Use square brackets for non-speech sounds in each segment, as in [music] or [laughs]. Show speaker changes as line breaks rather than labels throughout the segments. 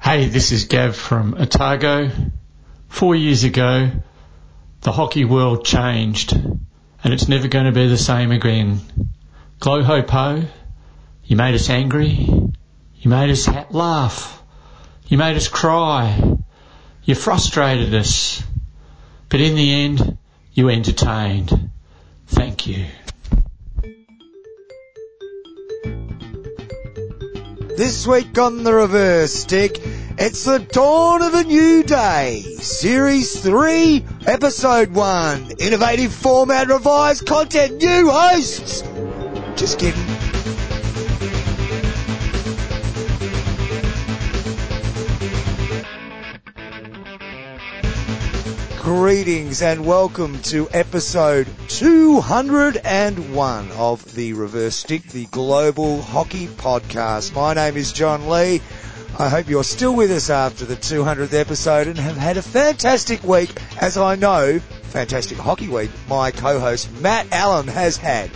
Hey, this is Gav from Otago. Four years ago, the hockey world changed, and it's never going to be the same again. Glow ho po, you made us angry, you made us ha- laugh, you made us cry, you frustrated us, but in the end, you entertained. Thank you.
This week on the reverse stick, it's the dawn of a new day. Series 3, Episode 1. Innovative format, revised content, new hosts. Just kidding. Greetings and welcome to episode 201 of the Reverse Stick, the Global Hockey Podcast. My name is John Lee. I hope you're still with us after the 200th episode and have had a fantastic week, as I know, fantastic hockey week, my co-host Matt Allen has had.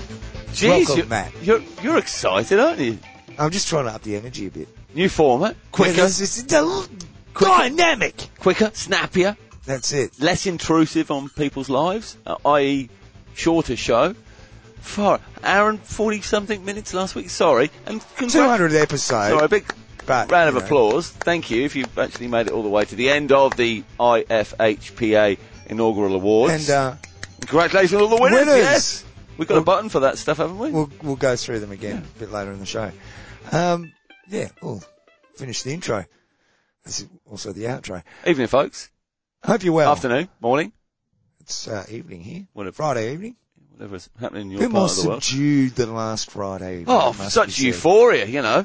Jeez,
welcome,
you're,
Matt.
You're, you're excited, aren't you?
I'm just trying to up the energy a bit.
New format, quicker,
Yeah, this is del- dynamic.
quicker, snappier,
That's it.
less intrusive on people's lives, uh, i.e., shorter show. Far hour and forty something minutes last week. Sorry, and congrat-
200th episode.
Sorry, a big
but,
round of
you know.
applause. Thank you if you've actually made it all the way to the end of the IFHPA inaugural awards.
And uh,
congratulations on all the winners.
winners.
Yes, we've got a button for that stuff, haven't we?
we'll we'll go through them again a bit later in the show. Um, yeah, we'll finish the intro. This is also the outro.
Evening, folks.
Hope you're well.
Afternoon, morning,
It's uh, evening here,
whatever,
Friday evening.
whatever's happening in
A
your
bit
part
more
of the world.
subdued than last Friday. evening,
Oh,
it must
such
be said.
euphoria, you know.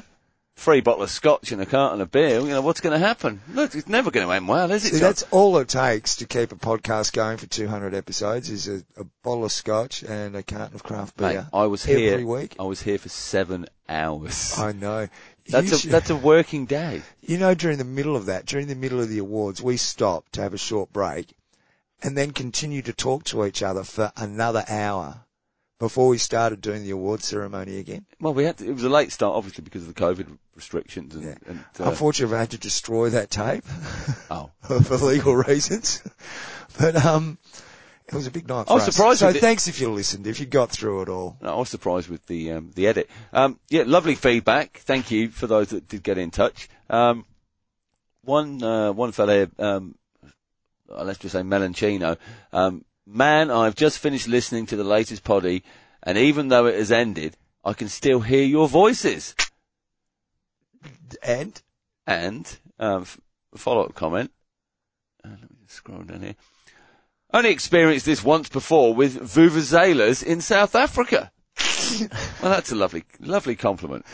Free bottle of scotch and a carton of beer. You know what's going to happen? Look, it's never going to end well, is it?
See,
John?
that's all it takes to keep a podcast going for 200 episodes is a, a bottle of scotch and a carton of craft
Mate,
beer.
I was
every
here.
week.
I was here for seven hours.
I know.
that's
You
a
should-
that's a working day.
You know, during the middle of that, during the middle of the awards, we stopped to have a short break and then continued to talk to each other for another hour before we started doing the award ceremony again.
Well, we had to, it was a late start, obviously, because of the COVID restrictions and,
Yeah.
and uh,
Unfortunately, I had to destroy that tape [laughs]
oh,
for legal reasons, but, um, it was a big night for
I was
us.
surprised
So
with it-
thanks if you listened, if you got through it all.
No, I was surprised with the um, the edit. Um, yeah, lovely feedback. Thank you for those that did get in touch. Um, one uh, one fellow, um, uh, let's just say Melanchino. Um, Man, I've just finished listening to the latest poddy, and even though it has ended, I can still hear your voices.
And [laughs]
And um, f- follow up comment. Uh, let me just scroll down here. Only experienced this once before with vuvuzelas in South Africa. well, that's a lovely, lovely compliment.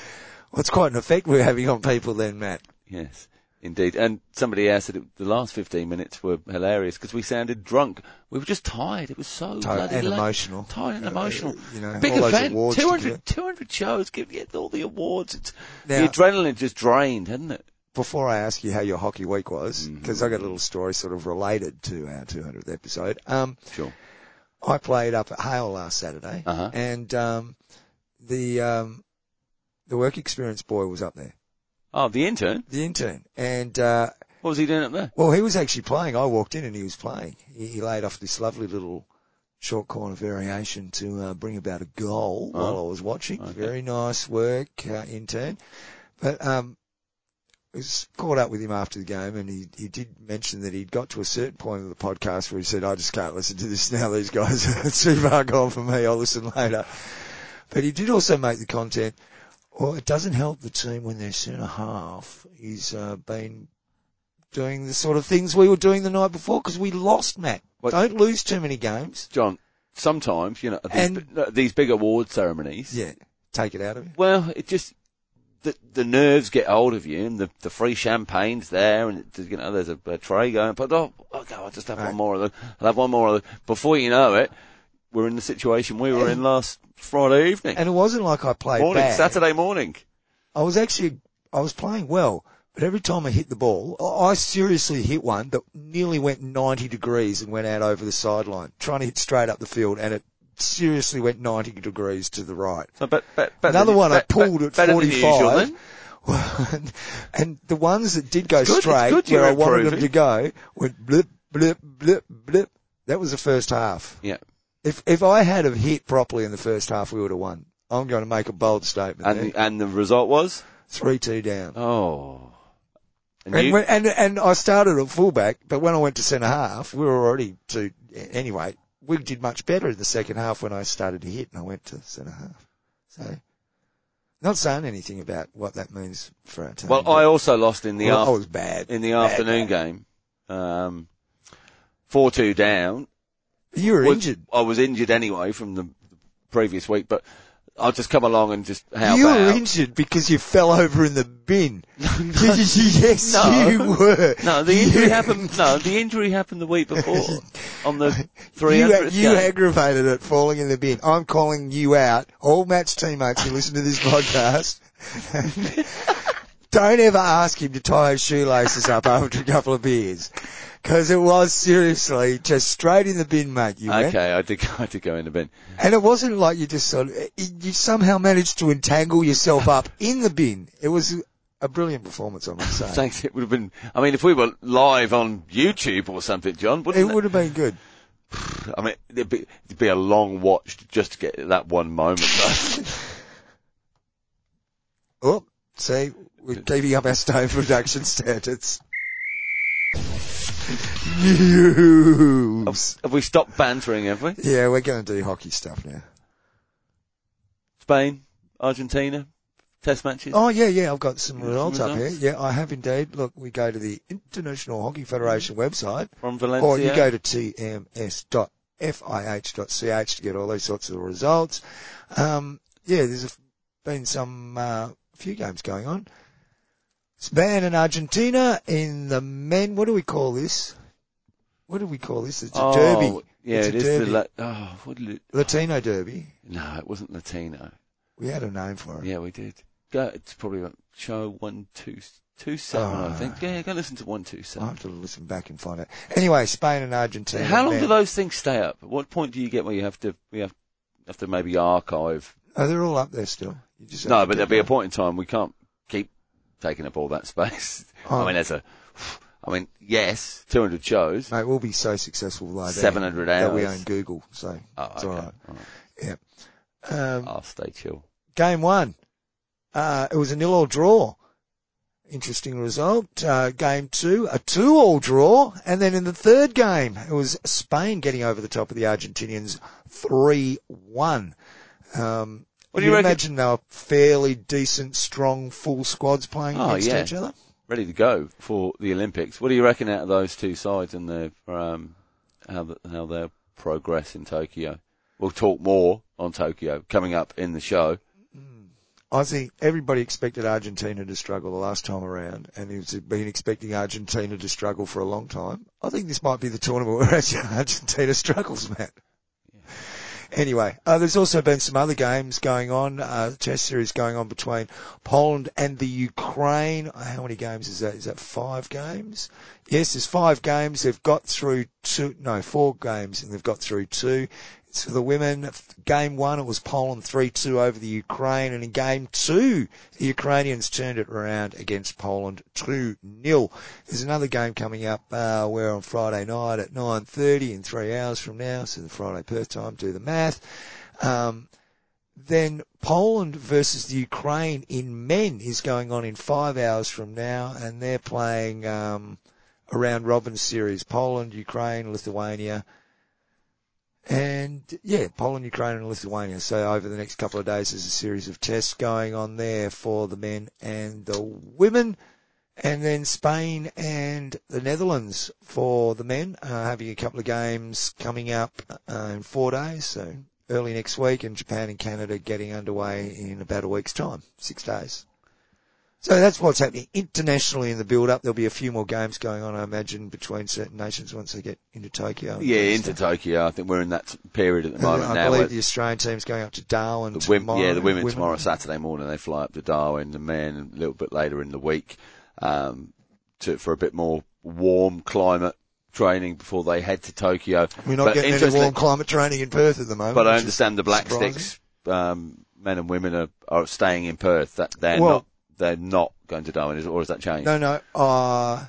what's quite an effect we're having on people then, Matt.
Yes, indeed. And somebody else said it, the last 15 minutes were hilarious because we sounded drunk. We were just tired. It was so
Tired
bloody
and
late.
emotional.
Tired and
Uh, uh,
emotional.
you know,
Big
all those
event.
awards to
200, 200 shows. Give get all the awards. It's,
Now-
the adrenaline just drained, hadn't it?
before I ask you how your hockey week was, because I got a little story sort of related to our 200th episode. Um,
Sure.
I played up at Hale last Saturday,
Uh-huh.
and um, the um, the work experience boy was up there,
Oh, the intern.
the intern, and uh,
What was he doing up there?
well, he was actually playing. I walked in and he was playing. He, he laid off this lovely little short corner variation to uh, bring about a goal
Oh.
while I was watching.
Okay.
Very nice work, uh, intern. But um, I was caught up with him after the game, and he, he did mention that he'd got to a certain point of the podcast where he said, "I just can't listen to this now. These guys [laughs] are too far gone for me. I'll listen later." But he did also make the content. Well, it doesn't help the team when their centre half is uh, been doing the sort of things we were doing the night before because we lost, Matt.
What-
Don't lose too many games.
John, sometimes, you know, at these,
And-
bi- at these big award ceremonies,
Yeah, take it out of you.
Well, it just the the nerves get hold of you, and the the free champagne's there, and it, you know there's a, a tray going. But oh, okay, I'll just have
Right.
one more of them. I'll have one more of them. Before you know it, we're in the situation we were in last Friday evening,
And it wasn't like I played
morning,
bad.
Saturday morning.
I was actually I was playing well, but every time I hit the ball, I I seriously hit one that nearly went 90 degrees and went out over the sideline, trying to hit straight up the field, and it seriously went 90 degrees to the right.
So, but, but, but
Another one I
but- but-
pulled at
better than
45.
usual, then.
and, [laughs] and the ones that did go
It's good, it's
straight
good
where
you're
I wanted them
improving.
to go went blip, blip, blip, blip. That was the first half.
Yeah.
If if I had have hit properly in the first half, we would have won. I'm going to make a bold statement.
And
there.
the, and the result was
Three two down.
oh, and,
And,
you-
when, and and I started at fullback, but when I went to centre half, we were already two. Anyway, we did much better in the second half when I started to hit, and I went to centre half. So, not saying anything about what that means for our team.
well,
but-
I also lost in the
well, I
afternoon.
Oh, was bad
in the
Bad,
afternoon game. Um, four two down.
You were
Was-
injured.
I was injured anyway from the previous week, but I'll just come along and just help
you were
out.
injured because you fell over in the
[laughs]
bin. yes,
No.
you were.
no, the
[laughs]
injury
You-
happened. No, the injury happened the week before
[laughs]
on the three
You,
hundredth
you
game.
aggravated it falling in the bin. I'm calling you out, all match teammates who listen to this [laughs] podcast. Don't ever ask him to tie his shoelaces up after a couple of beers. Cause it was seriously just straight in the bin, mate, you went.
okay, I did. [laughs] go- I did go in the bin.
And it wasn't like you just sort of, you somehow managed to entangle yourself up in the bin. It was a brilliant performance, I must say.
Thanks. It would have been. I mean, if we were live on YouTube or something, John,
It
wouldn't it?
would have been good.
I mean, it'd be, it'd be a long watch just to get that one moment.
[laughs]
though.
Oh, see, we're keeping up our stone production standards. News.
have we stopped bantering? Have we?
Yeah, we're going to do hockey stuff now.
Spain, Argentina, Test matches.
Oh yeah, yeah, I've got some
Some
results up here.
results?
Yeah, I have indeed. Look, we go to the International Hockey Federation website,
from Valencia.
or oh, you go to tms.fih.ch to get all those sorts of results. Um, yeah, there's a, been some uh, few games going on. Spain and Argentina in the men. What do we call this? What do we call this? It's a
Oh.
derby,
Yeah,
It's a
it is
derby.
the La- oh, what did it-
Latino derby.
no, it wasn't Latino.
We had a name for it.
Yeah, we did. Go, it's probably about show one two two seven, I
Oh.
think. Yeah, go listen to one two
I'll
seven.
have to listen back and find out. Anyway, Spain and Argentina.
How long
men.
do those things stay up? At what point do you get where you have to we have have to maybe archive?
Oh, they're all up there still. You just have
No,
to Oh,
but
get
there'll be a
them.
point in time we can't keep taking up all that space. [laughs] I
Oh.
mean, there's a. I mean, yes, two hundred shows.
Mate, we'll be so successful live
700
that we
hours.
own Google, so
Oh,
it's all
okay.
right.
All right.
Um,
I'll stay chill.
Game one, uh, it was a nil-all draw. Interesting result. Uh, game two, a two-all draw, and then in the third game, it was Spain getting over the top of the Argentinians three-one. Um,
What do
you
you reckon?
imagine they were fairly decent, strong, full squads playing
Oh,
against
yeah.
each other?
ready to go for the Olympics. What do you reckon out of those two sides and their um, how the, how they'll progress in Tokyo? We'll talk more on Tokyo coming up in the show.
I think everybody expected Argentina to struggle the last time around, and it's been expecting Argentina to struggle for a long time. I think this might be the tournament where [laughs] actually Argentina struggles, Matt. Anyway, uh, there's also been some other games going on, uh, test series going on between Poland and the Ukraine. Uh, How many games is that? Is that five games? Yes, there's five games. They've got through two, no, four games and they've got through two. It's for the women. Game one, it was Poland 3-2 over the Ukraine. And in game two, the Ukrainians turned it around against Poland 2-0. There's another game coming up, uh, where on Friday night at 9.30 in three hours from now. So the Friday Perth time, do the math. Um, then Poland versus the Ukraine in men is going on in five hours from now, and they're playing um, a round robin series: Poland, Ukraine, Lithuania, and yeah, Poland, Ukraine, and Lithuania. So over the next couple of days, there's a series of tests going on there for the men and the women. And then Spain and the Netherlands for the men are having a couple of games coming up uh, in four days, so early next week, and Japan and Canada getting underway in about a week's time, six days. So that's what's happening internationally in the build-up. There'll be a few more games going on, I imagine, between certain nations once they get into Tokyo.
Yeah, into Tokyo. I think we're in that period at the
And
moment
Oh, I
now. where
believe the Australian team's going up to Darwin
the wom-
tomorrow.
yeah, the women, tomorrow Saturday morning they fly up to Darwin. The men a little bit later in the week um, to for a bit more warm climate training before they head to Tokyo.
We're not
But
getting any
interestingly-
warm climate training in Perth at the moment.
But I
Oh, which is
understand the black
surprising.
sticks um, men and women are, are staying in Perth. That they're
Well-
not they're not going to Darwin, or has that changed?
No, no. Uh,
I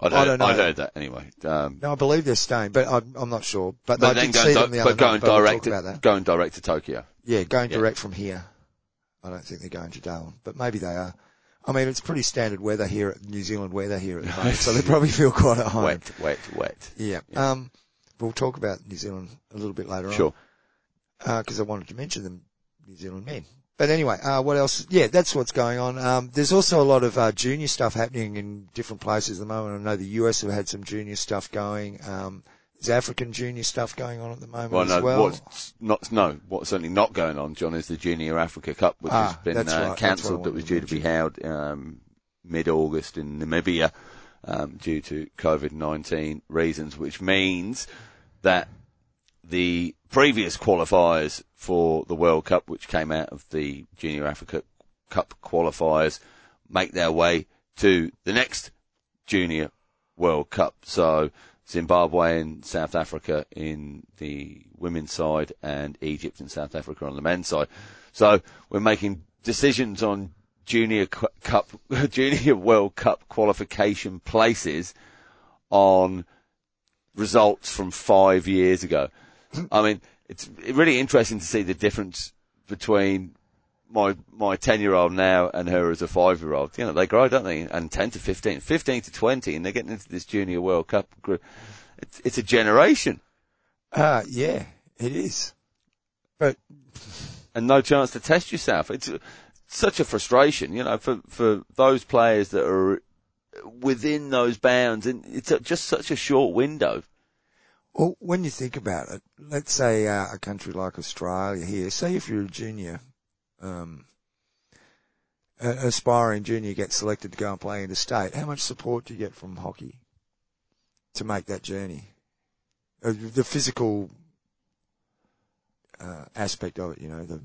don't,
I don't know.
I heard that anyway. Um,
no, I believe they're staying, but I'm, I'm not sure. But,
but
I
then
did
going,
see
di-
them the other
but going
night. but we'll
direct,
talk about that.
going direct to Tokyo.
Yeah, going
Yeah.
direct from here. I don't think they're going to Darwin, but maybe they are. I mean, it's pretty standard weather here at New Zealand weather here at home, so
[laughs]
they probably feel quite at home.
Wet, wet, wet.
Yeah. Um, we'll talk about New Zealand a little bit later
Sure.
on, because Uh, I wanted to mention them, New Zealand men. But anyway, uh, what else? Yeah, that's what's going on. Um, there's also a lot of uh, junior stuff happening in different places at the moment. I know the US have had some junior stuff going. Um, there's African junior stuff going on at the moment
Well, no,
as well.
what's not, no, what's certainly not going on, John, is the Junior Africa Cup, which
Ah,
has been
that's right.
uh,
That's what I
cancelled, that was
wanted
due
to
to be held um, mid-August in Namibia um, due to COVID-19 reasons, which means that the previous qualifiers for the World Cup, which came out of the Junior Africa Cup qualifiers, make their way to the next Junior World Cup. So Zimbabwe and South Africa in the women's side and Egypt and South Africa on the men's side. So we're making decisions on junior cu- cup, [laughs] junior World Cup qualification places on results from five years ago. I mean, it's really interesting to see the difference between my my ten year old now and her as a five year old. You know, they grow, don't they? And ten to 15, 15 to twenty, and they're getting into this junior World Cup group. It's, it's a generation,
Uh, yeah, it is. But
and no chance to test yourself. It's uh, such a frustration, you know, for for those players that are within those bounds, and it's a, just such a short window.
Well, when you think about it, let's say uh, a country like Australia here, say if you're a junior, um, a- aspiring junior gets selected to go and play interstate, how much support do you get from hockey to make that journey? Uh, the physical uh, aspect of it, you know, the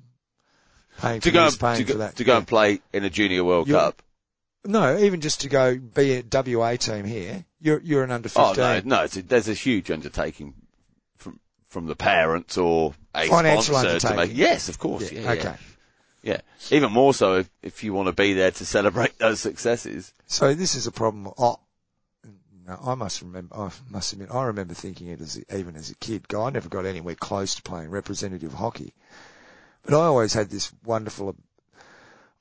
paying
To
for
go
this,
and,
paying
to,
for
go,
that.
to go
Yeah.
and play in a junior World
You're-
Cup.
No, even just to go be a WA team here, you're you're an under fifteen.
Oh no, no, it's a, there's a huge undertaking from from the parents or a
Financial
sponsor to make.
undertaking.
Yes, of course.
Yeah,
Yeah, yeah,
okay.
yeah. Even more so if, if you want to be there to celebrate [laughs] those successes.
So this is a problem. I, no, I must remember. I must admit, I remember thinking it as even as a kid. God, I never got anywhere close to playing representative hockey, but I always had this wonderful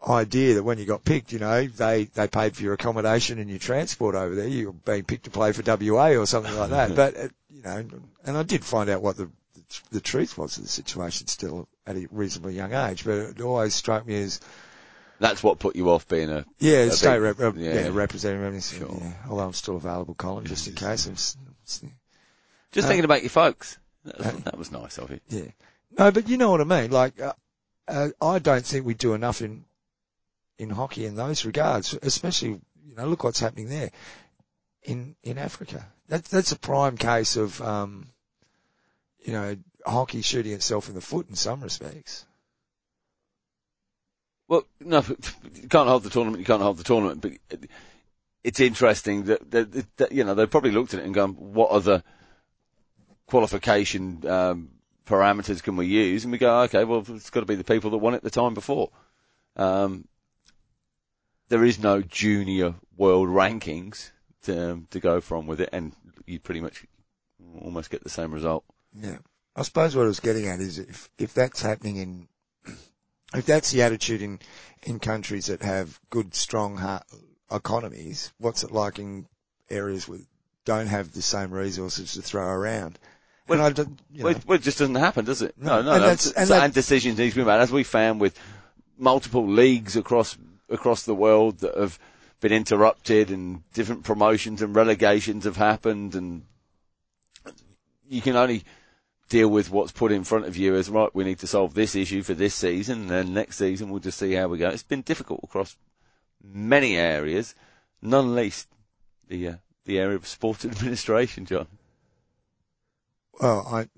idea that when you got picked, you know, they they paid for your accommodation and your transport over there. You were being picked to play for WA or something like that. but uh, you know, and I did find out what the the truth was of the situation still at a reasonably young age. But it always struck me as
That's what put you off being a.
yeah,
a
state
big-
rep, uh, yeah.
yeah.
representative. and it's-
Sure.
yeah, although I'm still available, Colin, just in case. I'm, s- s-
Just
Uh,
thinking about your folks. That was, that was nice of you.
yeah. No, but you know what I mean. Like, uh, uh, I don't think we do enough in in hockey in those regards. Especially, you know, look what's happening there in in Africa. That that's a prime case of, um, you know, hockey shooting itself in the foot in some respects.
Well, no, [laughs] you can't hold the tournament. You can't hold the tournament. But it- it's interesting that, that, that, that, you know they probably looked at it and gone, what other qualification um, parameters can we use? And we go, okay, well it's got to be the people that won it the time before. Um, there is no junior world rankings to um, to go from with it, and you pretty much almost get the same result.
Yeah. I suppose what I was getting at is if, if that's happening in, [clears throat] if that's the attitude in, in countries that have good, strong ha- economies, what's it like in areas with don't have the same resources to throw around? Well,
Well,
and I don't, you know,
Well, it, well, it just doesn't happen, does it?
No.
No, no.
And
no.
that's-
S-
and
so-
that-
and decisions need to be made, as we found with multiple leagues across across the world that have been interrupted, and different promotions and relegations have happened, and you can only deal with what's put in front of you as right. We need to solve this issue for this season, and then next season we'll just see how we go. It's been difficult across many areas, none least the uh, the area of sport [laughs] administration, John.
well, I,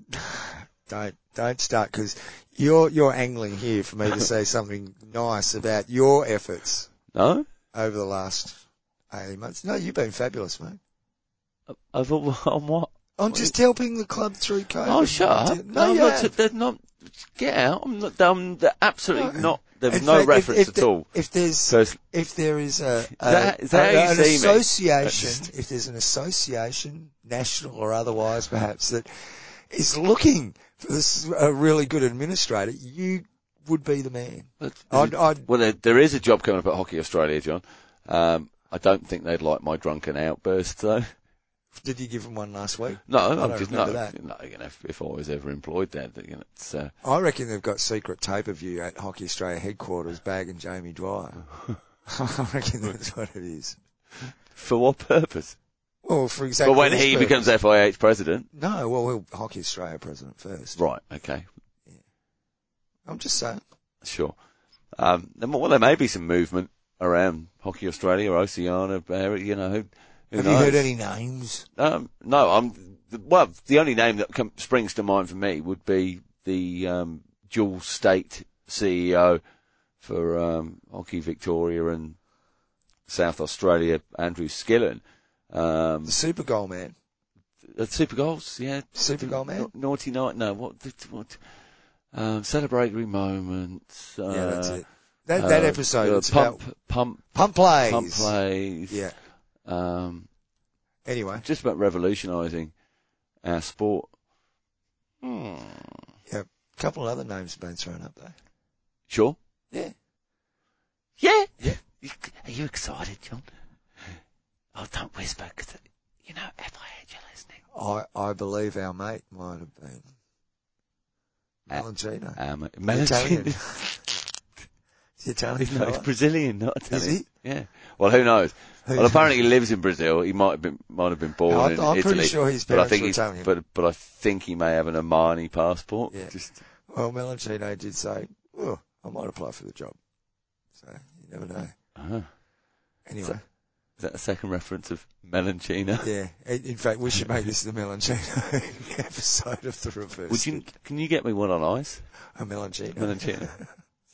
[sighs] don't, don't start because you're, you're angling here for
[laughs]
me to say something nice about your efforts
No.
over the last 18 months. No, you've been fabulous, mate.
Over [laughs] on what?
I'm just helping the club through COVID.
Oh, shut up.
No,
No,
you
I'm not,
have.
they're not, get out. I'm not, I'm absolutely
No.
not There was
In
no
fact, if-
reference
if
at
the-
all.
if there's
So it's,
if there is a, a,
that- is that
a-
how you
an
see me?
association, if there's an association, national or otherwise perhaps, that is looking for this, a really good administrator, you would be the man. I'd, I'd,
well, there, there is a job coming up at Hockey Australia, John. Um, I don't think they'd like my drunken outburst, though. [laughs]
did you give him one last week?
No, I
don't
am just no,
remember that.
no. You know, if, if I was ever employed there, you know, it's, uh,
I reckon they've got secret tape of you at Hockey Australia headquarters, bagging Jamie Dwyer. [laughs] I reckon that's what it is.
for what purpose?
Well, for
But
example,
when he becomes FIH president,
no, well, well, Hockey Australia president first.
right? Okay,
I'm just saying.
sure. Um, then, well, there may be some movement around Hockey Australia or Oceania, uh, you know. Who, who
Have
knows?
you heard any names?
Um, no, I'm the- well. The only name that com- springs to mind for me would be the um, dual state CEO for um, Hockey Victoria and South Australia, Andrew Skillen. Um,
The Super Goal Man.
uh, super goals, yeah.
Super
The
goal man?
na- Naughty night. No, what? The, what? Um, celebratory moments. Uh,
yeah, that's it. That, that
uh,
episode,
uh,
it's
pump,
about
pump,
pump plays.
pump plays.
Yeah.
Um,
Anyway,
just about revolutionising our sport. Hmm.
a couple of other names have been thrown up there.
Sure.
Yeah.
Yeah.
Yeah.
You- Are you excited, John? Oh, don't whisper, 'cause, you know FIH are listening.
I, I believe our mate might have been
Uh,
Valentino.
Um,
Italian.
Melody-
The Italian
[laughs] No, he's
fella.
Brazilian, not
Is
Italian.
he?
Yeah. Well, who knows?
Who-
Well, apparently he lives in Brazil. He might have been might have been born
No, I-
in
I'm
Italy.
pretty sure his
but I
parents
think
were
he's-
Italian.
But but I think he may have an Omani passport.
Yeah.
Just
Well, Melantino did say, oh, I might apply for the job. So, you never know.
uh,
Anyway,
[laughs] is that a second reference of [laughs] Melanchina?
yeah. In in fact, we should make this the Melantino [laughs] episode of the reverse.
Would you can you get me one on ice?
A Melantino.
Melanchina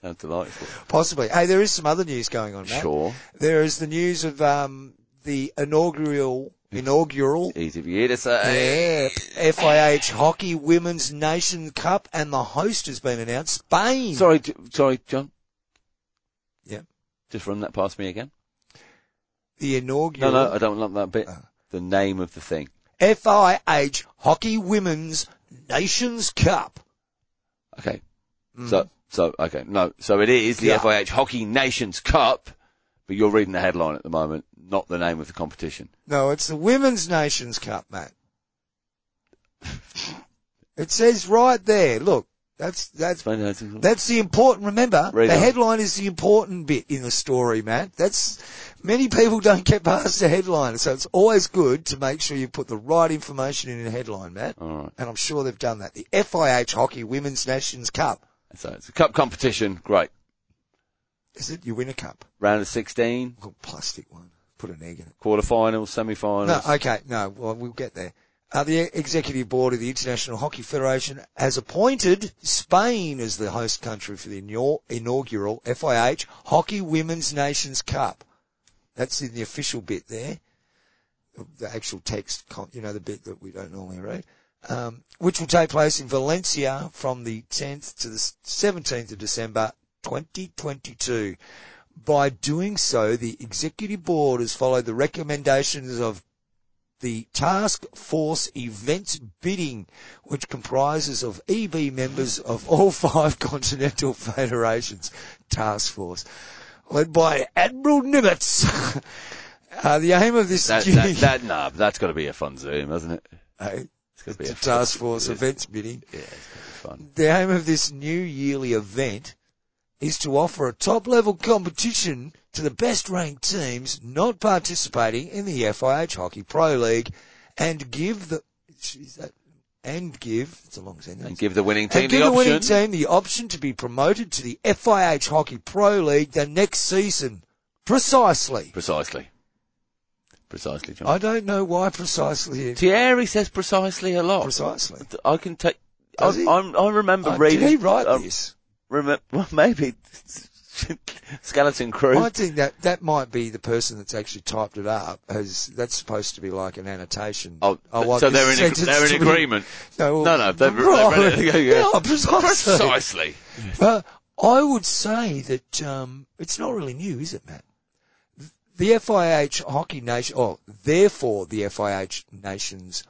sounds delightful.
Possibly. Hey, there is some other news going on, Matt.
Sure,
There is the news of um, the inaugural inaugural
easy for you to say.
yeah, FIH Hockey Women's Nation Cup, and the host has been announced. Spain.
Sorry, J- sorry, John.
Yeah.
Just run that past me again.
The
No,
inaugural
no, I don't love that bit.
Ah.
The name of the thing.
FIH Hockey Women's Nations Cup.
Okay.
Mm.
So, so okay, no, so it is the
Yeah.
FIH Hockey Nations Cup, but you're reading the headline at the moment, not the name of the competition.
no, it's the Women's Nations Cup,
[laughs]
mate. it says right there. Look, that's that's
Explain that to-
That's the important. Remember,
Read
the
on.
headline is the important bit in the story, Matt. That's many people [laughs] don't get past the headline, so it's always good to make sure you put the right information in the headline, Matt.
All right,
And I'm sure they've done that. The FIH Hockey Women's Nations Cup.
so it's a cup competition. Great.
Is it? You win a cup.
Round of 16,
Well, plastic one. Put an egg in it.
quarterfinals, semi-finals.
No, okay, no. Well, we'll get there. Uh, the executive board of the International Hockey Federation has appointed Spain as the host country for the inau- inaugural FIH Hockey Women's Nations Cup. That's in the official bit there. The actual text, con- you know, the bit that we don't normally read. Um, which will take place in Valencia from the 10th to the s- 17th of December 2022. By doing so, the executive board has followed the recommendations of the task force events bidding, which comprises of EB members of all [laughs] five continental federations task force, led by Admiral Nimitz. [laughs] uh, the aim of this [laughs]
that, that, that, nah, but that's got to be a fun Zoom, hasn't it?
Hey,
It's got to be
the
a [laughs]
task force
it's-
events bidding.
Yeah, it's got to be fun.
The aim of this new yearly event is to offer a top level competition to the best ranked teams not participating in the FIH Hockey Pro League and give the, jeez, that, and give, it's a long sentence.
And give the winning team
And give
the
the
option.
winning team the option to be promoted to the FIH Hockey Pro League the next season. Precisely.
Precisely. Precisely, John.
I don't know why precisely.
Thierry says precisely a lot.
Precisely.
I can take. I,
Does he?
I'm, I remember
Uh,
reading.
did he write
um,
this?
remem- well, maybe [laughs] skeleton crew.
I think that that might be the person that's actually typed it up. As that's supposed to be like an annotation.
Oh,
want
so
this
they're in, ag-
sentence
they're
to
in
be- [laughs]
agreement.
No,
No,
well,
no, they've- they've
right.
[laughs] read it. Yeah, yeah.
Yeah, precisely.
Precisely.
But I would say that um, it's not really new, is it, Matt? The FIH Hockey Nation, or therefore the FIH Nations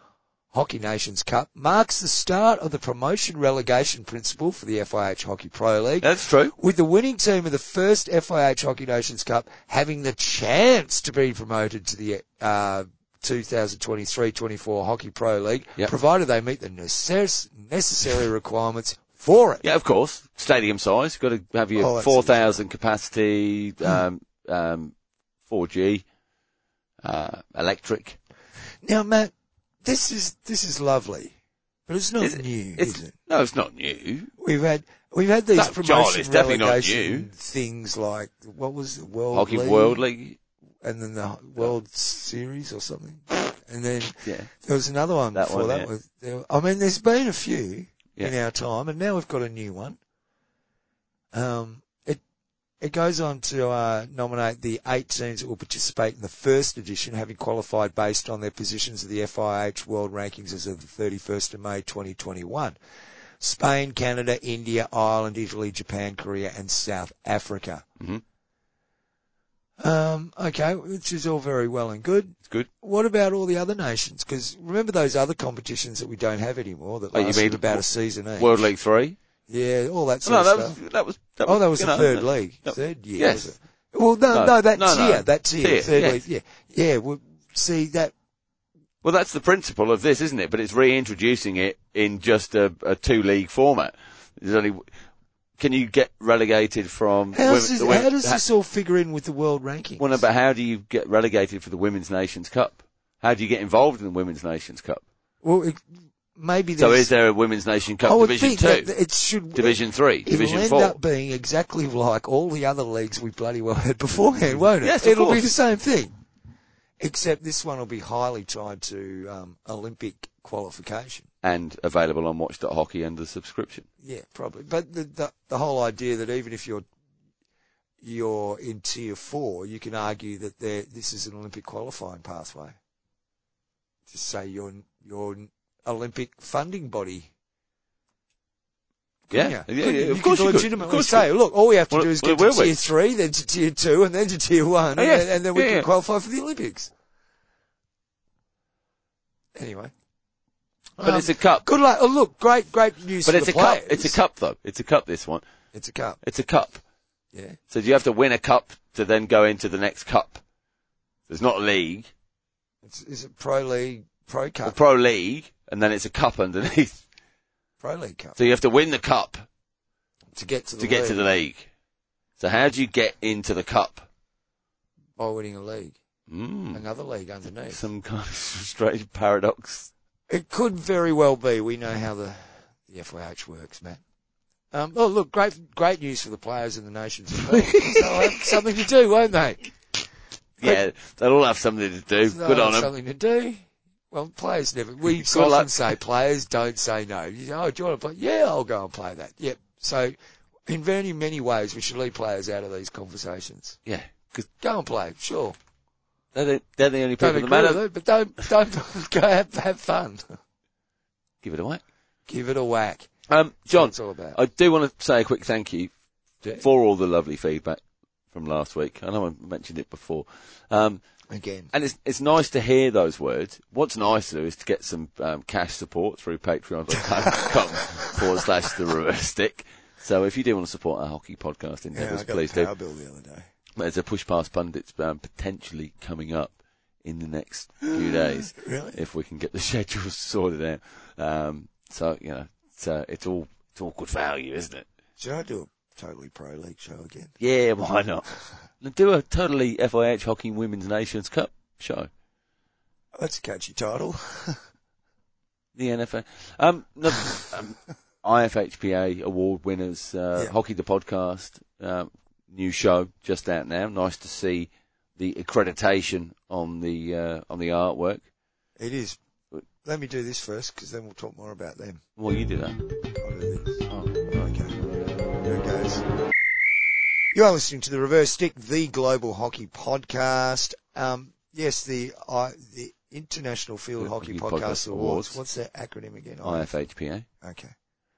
Hockey Nations Cup marks the start of the promotion relegation principle for the FIH Hockey Pro League,
That's true.
with the winning team of the first FIH Hockey Nations Cup having the chance to be promoted to the uh, 2023-24 Hockey Pro League,
Yep.
provided they meet the necess- necessary requirements for it.
Yeah, of course. Stadium size. Got to have your
Oh, that's Hmm.
4,000 capacity, um, um, 4G, uh, electric.
Now, Matt, this is this is lovely, but it's not
Is it-
new,
it's-
is it?
No, it's not new.
We've had we've had these
No, Joel,
promotion
it's definitely not
relegation
new.
things like what was the World
Hockey
League,
World League.
and then the World Series or something, and then
Yeah.
there was another one
That
before
one,
that.
yeah.
Was, there, I mean, there's been a few
Yeah.
in our time, and now we've got a new one. Um, it it goes on to uh, nominate the eight teams that will participate in the first edition, having qualified based on their positions of the FIH World Rankings as of the 31st of May 2021. Spain, Canada, India, Ireland, Italy, Japan, Korea, and South Africa.
Mhm. Mm-hmm.
Um, okay, which is all very well and good
It's good.
what about all the other nations? Because remember those other competitions that we don't have anymore that
Oh, you
last
mean
about
wo-
a season each.
World League 3.
yeah, all that sort
No,
of
that
stuff.
was, that was, that
oh, that was
you
the
know,
third
that-
league,
no.
third year.
Yes.
Was it? Well, no,
No,
no, that
no, no.
tier, that tier,
Tier,
third
yes.
league, yeah, yeah. Well, see that,
Well, that's the principle of this, isn't it? But it's reintroducing it in just a, a two league format. There's only, can you get relegated from,
how's
women-
this,
the women-
how does
ha-
this all figure in with the world rankings?
Well, no, but how do you get relegated for the Women's Nations Cup? How do you get involved in the Women's Nations Cup?
well, it, maybe
So
there's,
is there a Women's Nation Cup
I would
Division
think
Two,
that it should
Division Three,
It'll
Division
end
Four?
up being exactly like all the other leagues we bloody well had beforehand, won't it?
Yes, of
It'll be
course.
the same thing. Except this one will be highly tied to um, Olympic qualification.
and available on Watch.Hockey under subscription.
Yeah, probably. But the, the, the whole idea that even if you're you're in tier four, you can argue that there this is an Olympic qualifying pathway. To say your your Olympic funding body.
Yeah,
couldn't
yeah,
you?
yeah,
Couldn't you?
of
You
course
could
you could.
legitimately
Of course you
say, look, all we have to
Well,
do is
well,
get
will
to
we?
tier three, then to tier two, and then to tier one,
Oh,
and,
yeah.
then, and then we
Yeah,
can
yeah.
qualify for the Olympics. Anyway,
But it's a cup.
good luck. Oh, look, great, great news.
But
for
it's
the
a cup.
players.
It's a cup though. It's a cup. This one.
It's a cup.
It's a cup.
Yeah.
So you have to win a cup to then go into the next cup. It's not a league,
It's, is it Pro League, Pro
a
Cup,
pro league, and then it's a cup underneath. [laughs]
Pro League Cup
So you have to win the cup
to get to the
to get
league
to the league. So how do you get into the cup?
by winning a league,
Mm.
another league underneath?
Some kind of [laughs] strange paradox.
It could very well be. We know how the the FYH works, Matt. Um, oh, look, great, great news for the players and the nations. involved. They'll have something to do, won't they?
Yeah, they'll all have something to do.
They'll
Good
have
on them.
Something to do. Well, players never. We
Good
often
luck.
say players don't say no. You say, oh, do you want to play? Yeah, I'll go and play that. Yep. So, in very many ways, we should leave players out of these conversations.
Yeah, because
Go and play, sure.
they're, the- they're the only people
Don't agree
that
with
matter.
it, but don't don't [laughs] go have, have fun.
Give it away.
Give it a whack.
Um, John,
That's what it's all about.
I do want to say a quick thank you
Yeah.
for all the lovely feedback from last week. I know I mentioned it before. Um,
Again,
and it's, it's nice to hear those words. What's nicer is to get some um, cash support through patreon.com forward slash the reverse stick. So if you do want to support our hockey podcast endeavours, please do.
bill the other day.
There's a push past pundits um, potentially coming up in the next few days
Really?
if we can get the [laughs] schedules sorted out. Um, so you know, it's uh, it's all it's all good value, isn't it?
Should I do a totally pro league show again?
Yeah, why not? Do a totally FIH Hockey Women's Nations Cup show.
That's a catchy title.
The NFL. Um, [laughs] no, um, IFHPA award winners, uh,
Yeah.
Hockey the Podcast, um, new show just out now. Nice to see the accreditation on the, uh, on the artwork.
[laughs] It is. Let me do this first, because then we'll talk more about them.
Well, you do that.
I'll do this. Okay. There it goes. You are listening to the Reverse Stick, the global hockey podcast. Um, yes, the I the International Field
The
Hockey
Hockey
Podcast Awards.
Podcast Awards.
What's that acronym again?
IFHPA.
Okay.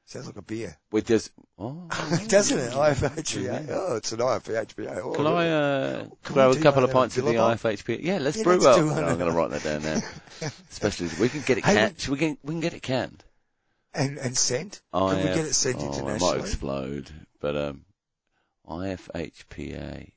Sounds like a beer,
We're just. Oh,
[laughs] doesn't it? IFHBA. Oh, it's an IFHBA. Oh,
Can I uh,
Can
grab
we
a
do
couple
one
of pints of the
in a Billabong?
IFHP? Yeah, let's
Yeah,
brew
let's
up.
do one.
I'm going to write that
[laughs]
down now. Especially, we can get it
Hey, we-
canned. We can, we can get it canned.
and and sent?
I
Can we get it sent
Oh, it might
internationally?
explode. But um, IFHPA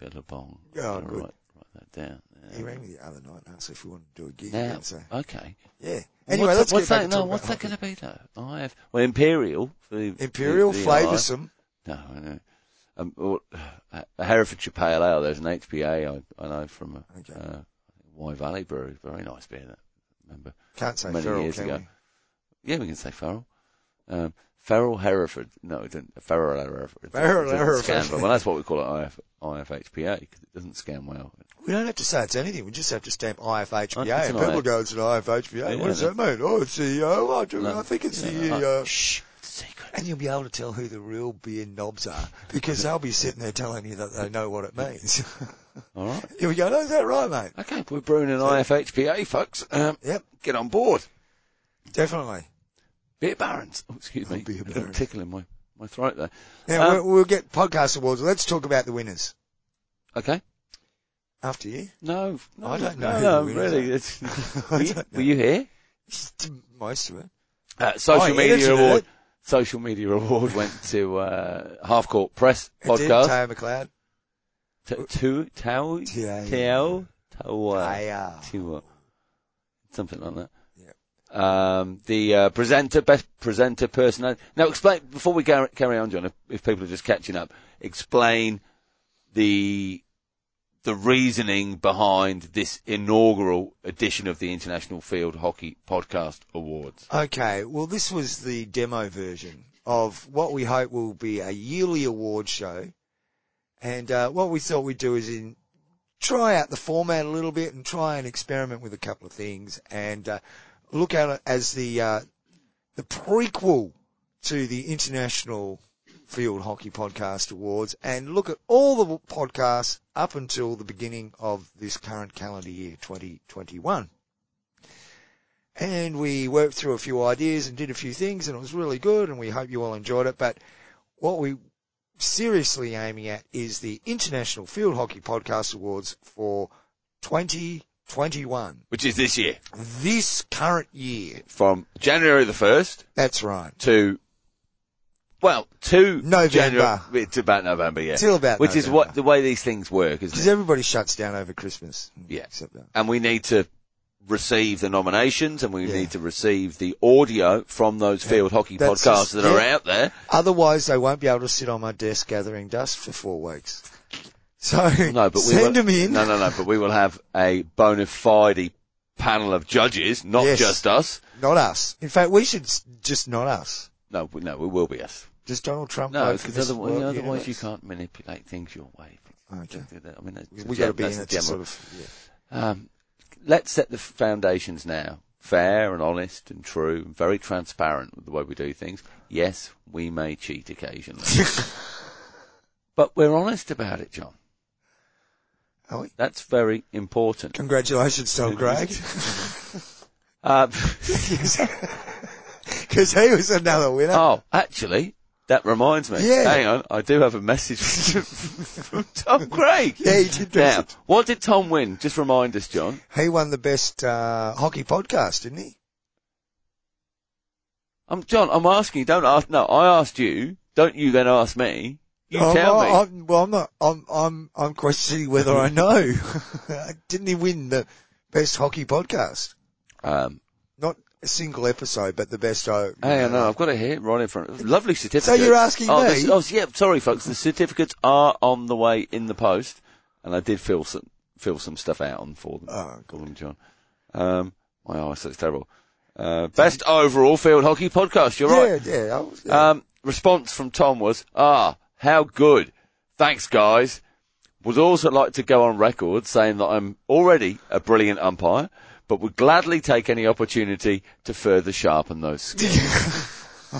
Billabong.
Yeah,
I'm gonna
Oh, good.
write, write that down.
He rang me the other night and asked if we wanted to do a gig.
Now,
again, so
okay.
yeah. Anyway, let's
what's what's
get back
that?
and
No,
talk
what's
about
that going to be though? IF well, Imperial. for the-
hockey. [laughs] Imperial
the- the IF.
flavoursome.
No, I know. Um, well, a a Herefordshire Pale Ale. There's an HPA I, I know from uh
Okay.
uh, Y Valley Brewery. Very nice beer. That remember?
Can't say
many
feral,
years
can
ago.
we?
Yeah, we can say Farrell. Um, Farrell Hereford. No, it didn't. Farrell Hereford. It
Farrell
doesn't
Hereford.
Scan, well. well, that's what we call it IF, IFHPA because it doesn't scan well.
We don't have to say it's anything. We just have to stamp IFHBA.
Oh, it's
and
an
people
IF.
go, it's an IFHBA.
Yeah,
what does that mean? Oh, it's CEO. I, do, I think it's
you
the...
know,
Uh,
like, shh, it's a secret.
and you'll be able to tell who the real beer knobs are because they'll be sitting there telling you that they know what it means. [laughs]
All right.
You'll go, no, is that right, mate?
Okay, we're brewing an IFHPA, folks. Um,
Yep,
get on board.
definitely.
Beer barons. Oh, excuse me.
Oh, beer
Got a
barons.
tickle in my, my throat there.
Now,
Um,
we'll, we'll get podcast awards. Let's talk about the winners.
Okay.
After you.
No, no,
I don't
no,
know
no,
who the
really.
winners [laughs]
It's,
I
[laughs] were, you,
don't know.
were you here?
[laughs] Most of it.
Uh, social
I
media
edited
award.
Oh, it.
Social media award went to uh, Half Court Press
It did,
podcast.
Tao McLeod.
T- two Tao
Tao.
Tao Tao
Tao.
Tao something like that.
Yep.
Um, the uh, presenter, best presenter personality. Now, explain before we gar- carry on, John. If, if people are just catching up, explain the the reasoning behind this inaugural edition of the International Field Hockey Podcast Awards.
Okay, well, this was the demo version of what we hope will be a yearly award show. And uh, what we thought we'd do is in try out the format a little bit and try and experiment with a couple of things and uh, look at it as the uh, the prequel to the International Field Hockey Podcast Awards and look at all the podcasts up until the beginning of this current calendar year, 2021 and we worked through a few ideas and did a few things and it was really good and we hope you all enjoyed it. But what we seriously aiming at is the International Field Hockey Podcast Awards for 2021.
which is this year,
This current year.
from January the first
That's right.
to well to
November.
January, to about November, yeah,
Till about
which is what
November.
the way these things work, isn't
Because
it?
everybody shuts down over Christmas.
Yeah.
Except that.
And we need to receive the nominations, and we
Yeah.
need to receive the audio from those field hockey
That's
podcasts
just-
that are
yeah. [laughs]
out there.
Otherwise, they won't be able to sit on my desk gathering dust for four weeks. So
No, but we will,
send them in.
No, no, no, but we will have a bona fide panel of judges, not
Yes.
just us.
Not us. In fact, we should s- just not us.
No, we- no, it will be us.
Does Donald Trump
No,
vote for
because
this
otherwise,
world
otherwise you
universe?
can't manipulate things your way.
Okay.
I mean, that's,
We got to be
that's
in
the
it to
general-
sort of. Yeah.
Um, let's set the foundations now. Fair and honest and true and very transparent with the way we do things. Yes, we may cheat
[laughs]
occasionally. but we're honest about it, John.
Are we?
That's very
[laughs]
important.
Congratulations, Tom Craig,
Uh,
[laughs]
[laughs]
because he was another winner.
oh, actually, that reminds me.
Yeah.
Hang on, I do have a message [laughs] from Tom Craig.
Yeah, he did
Now,
message.
what did Tom win? Just remind us, John.
He won the best uh, hockey podcast, didn't he?
I'm John. I'm asking you. Don't ask. No, I asked you. Don't you then ask me. You
I'm-
tell me.
I'm, I'm- Oh, well, I'm not. I'm I'm I'm questioning whether I
[laughs]
know. [laughs] didn't he win the best hockey podcast?
Um,
Not a single episode, but the best. I
hang on, no, I've got it here right in front. of- Lovely certificate.
So you're asking
oh,
me?
this- oh, yeah. Sorry, folks. The certificates are on the way in the post, and I did fill some fill some stuff out on for them.
Oh,
Call them John. Um, my eyes looks terrible. Uh, best overall field hockey podcast. You're
yeah,
right.
yeah. I was, yeah.
Um, response from Tom was, ah, how good. Thanks guys. Would also like to go on record saying that I'm already a brilliant umpire, but would gladly take any opportunity to further sharpen those skills.
[laughs]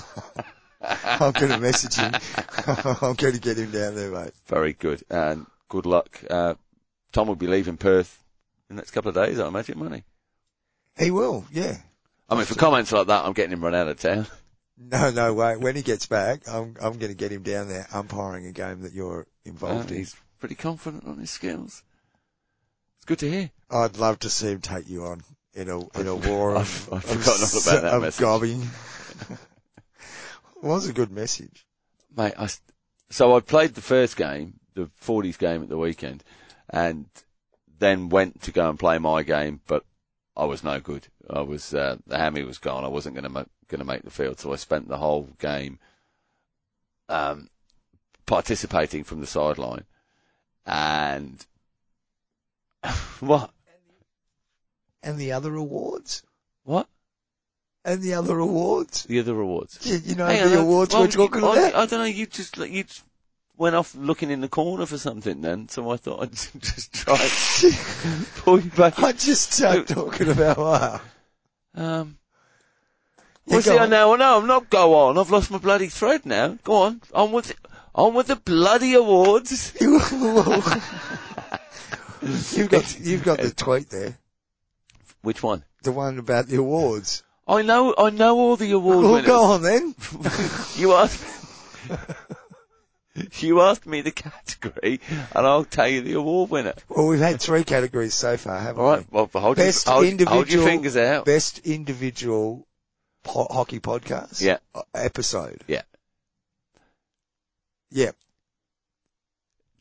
I'm going to message him. [laughs] I'm going to get him down there, mate.
Very good. And good luck. Uh, Tom will be leaving Perth in the next couple of days, I imagine, won't he?
He will. Yeah.
I mean, for comments like that, I'm getting him run out of town.
No, no way. When he gets back, I'm I'm going to get him down there umpiring a game that you're involved
Uh,
in.
he's pretty confident on his skills. It's good to hear.
I'd love to see him take you on in a in a war of,
I've-
of,
I've forgotten all about that
of
message.
gobbing.
[laughs]
it was a good message.
Mate, I, s- so I played the first game, the 40s game at the weekend, and then went to go and play my game, but I was no good. I was, uh, the hammy was gone. I wasn't going to ma- going to make the field. So I spent the whole game, um, participating from the sideline and [laughs] what?
And the other awards.
What?
And the other awards.
The other rewards.
You, you know
Hang on,
the
I-
awards
well,
we're talking
I,
about.
I don't know. You just like, you just went off looking in the corner for something then, so I thought I'd [laughs] just try and pull you
[laughs]
back.
I just start
Oh.
talking about
[laughs]
wow.
Um,
You
well,
go
see, I
on.
now no, I'm not go on. I've lost my bloody thread now. Go on, on with on with the
[laughs]
bloody awards.
you've got you've got the tweet there.
Which one?
The one about the awards.
I know, I know all the award
Well,
winners.
Oh, go on then.
You asked. [laughs] You asked me the category, and I'll tell you the award winner.
Well, we've had three categories so far, haven't
All right, well, hold, your-
Best
hold- hold your
individual-
fingers
we?
out.
Best individual po- hockey podcast.
Yeah.
uh, Episode.
Yeah.
Yeah. [laughs]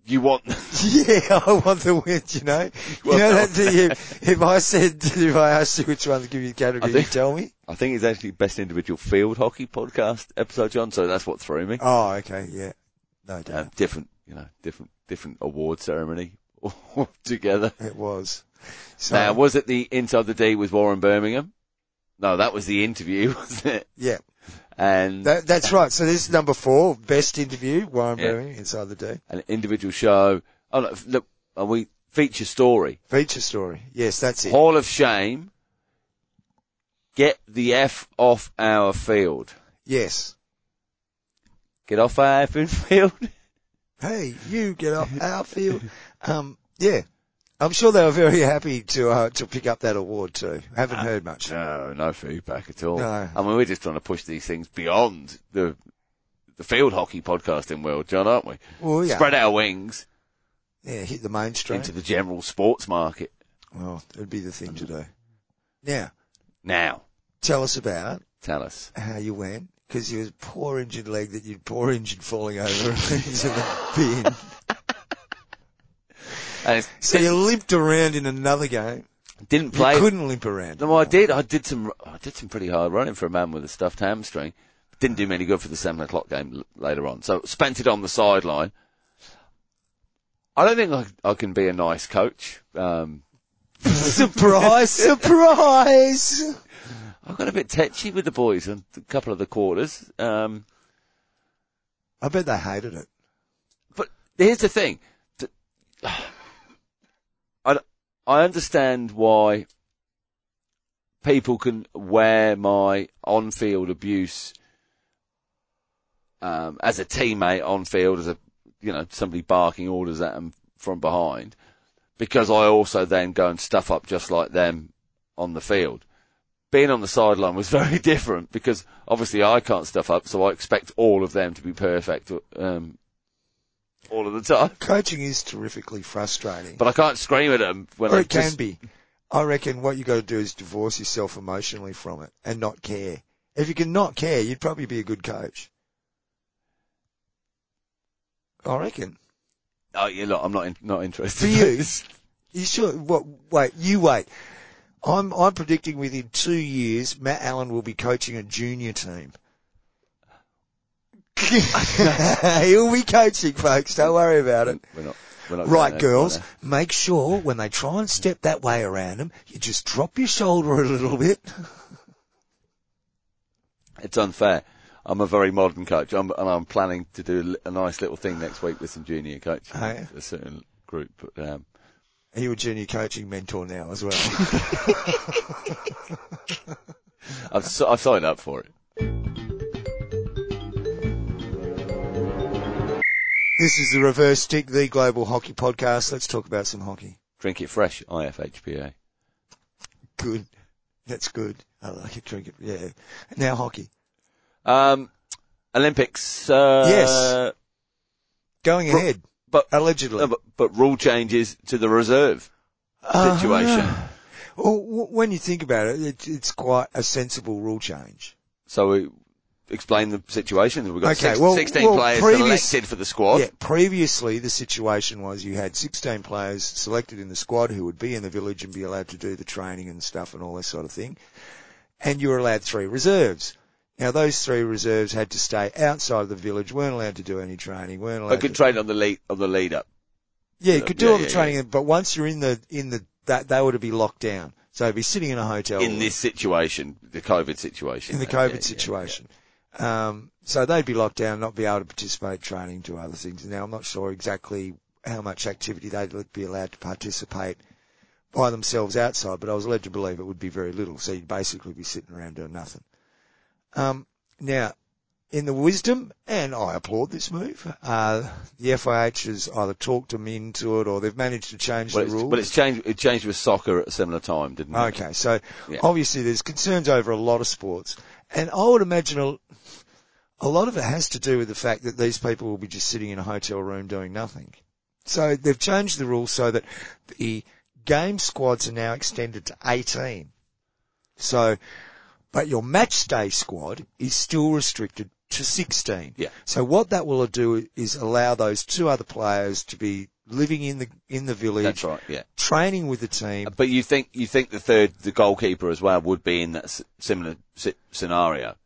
You want [laughs]
Yeah, I want the win, you know. You
want
know,
that
that's you, if I said, [laughs] if I asked you which one to give you the category,
I
you
think-
tell me?
I think it's actually best individual field hockey podcast episode, John. So that's what threw me.
Oh, okay, yeah. No doubt.
Um, different, you know, different, different award ceremony [laughs] altogether.
It was. So,
Now, was it the inside the D with Warren Birmingham? No, that was the interview, [laughs] wasn't it?
yeah,
And
that, that's right. So this is number four, best interview, Warren
Yeah.
Birmingham, Inside the D.
an individual show. Oh no, look, are we feature story?
Feature story. Yes, that's it.
Hall of Shame. Get the f off our field.
Yes.
Get off our [laughs] effing field.
Hey, you get off our field. Um, yeah. I'm sure they were very happy to, uh, to pick up that award too. Haven't heard much.
No, no feedback at all.
No.
I mean, we're just trying to push these things beyond the the field hockey podcasting world, John, aren't we?
Well, yeah.
Spread our wings
Yeah, hit the mainstream.
into the general sports market
Well, it'd be the thing to do.
Mm-hmm.
Now,
now.
tell us about
Tell us.
how you went, because you was poor injured leg that you'd poor injured falling over [laughs] into the bin.
And it's-
So you limped around in another game.
didn't
You
play.
couldn't limp around.
No, I did. I did some. I did some pretty hard running for a man with a stuffed hamstring. Didn't do me any good for the seven o'clock game l- later on. So spent it on the sideline. I don't think I, I can be a nice coach. Um, [laughs]
surprise, surprise!
I got a bit tetchy with the boys in a couple of the quarters. Um,
I bet they hated it.
but here's the thing. Th- [sighs] I, I understand why people can wear my on-field abuse um, as a teammate on field, as a you know somebody barking orders at them from behind, because I also then go and stuff up just like them on the field. Being on the sideline was [laughs] very different because obviously I can't stuff up, so I expect all of them to be perfect um, all of the time.
Coaching is terrifically frustrating.
But I can't scream at them when
or
I
it can
just,
be. I reckon what you got to do is divorce yourself emotionally from it and not care. If you can not care, you'd probably be a good coach. I reckon.
Oh, you look, I'm not in, not interested. [laughs]
For you, you sure? What? Wait, you wait. I'm I'm predicting within two years, Matt Allen will be coaching a junior
[laughs]
team. [laughs] He'll be coaching, folks. Don't worry about it.
We're not. We're not
Right,
going there.
girls, make sure when they try and step that way around them, you just drop your shoulder a little bit.
It's unfair. I'm a very modern coach, I'm, and I'm planning to do a li- a nice little thing next week with some junior coaches,
Oh, yeah?
a certain group. But, um,
Are you a junior coaching mentor now
[laughs]
as well?
I've, si- I've signed up for it.
this is the Reverse Stick, the Global Hockey Podcast. Let's talk about some hockey.
Drink it fresh, IFHPA.
Good. That's good. I like it. Drink it. Yeah. Now hockey.
Um, Olympics. Uh,
Yes. Going
Ro-
ahead,
but
allegedly.
no, but, but rule changes to the reserve
Ah,
situation.
Uh-huh. Well, w- when you think about it, it, it's quite a sensible rule change.
So we explain the situation. We've got
Okay,
six,
well-
16
well,
players
previous-
selected for the squad.
Yeah, previously the situation was you had 16 players selected in the squad who would be in the village and be allowed to do the training and stuff and all that sort of thing. And you were allowed three reserves. Now those three reserves had to stay outside of the village, weren't allowed to do any training, weren't allowed
I could
to
train on the lead on the lead up.
Yeah, you could do
Yeah,
all the
yeah,
training, but once you're in the in the that they were to be locked down, so they'd be sitting in a hotel
in
room,
this situation, the COVID situation.
Oh, in the
Yeah,
COVID
yeah, yeah,
situation. Um, so they'd be locked down, not be able to participate in training, do other things. Now I'm not sure exactly how much activity they'd be allowed to participate by themselves outside, but I was led to believe it would be very little. So you'd basically be sitting around doing nothing. Um, now, in the wisdom, and I applaud this move, uh, the FIH has either talked them into it or they've managed to change
Well,
the
it's,
rules.
well, it's changed. It changed with soccer at a similar time, didn't it?
Okay, so
Yeah.
obviously there's concerns over a lot of sports, and I would imagine a, a lot of it has to do with the fact that these people will be just sitting in a hotel room doing nothing. So they've changed the rules so that the game squads are now extended to 18. So, but your match day squad is still restricted to 16.
Yeah.
So what that will do is allow those two other players to be living in the, in the village,
That's right. Yeah.
training with the team.
But you think you think the third, the goalkeeper as well, would be in that s- similar si- scenario.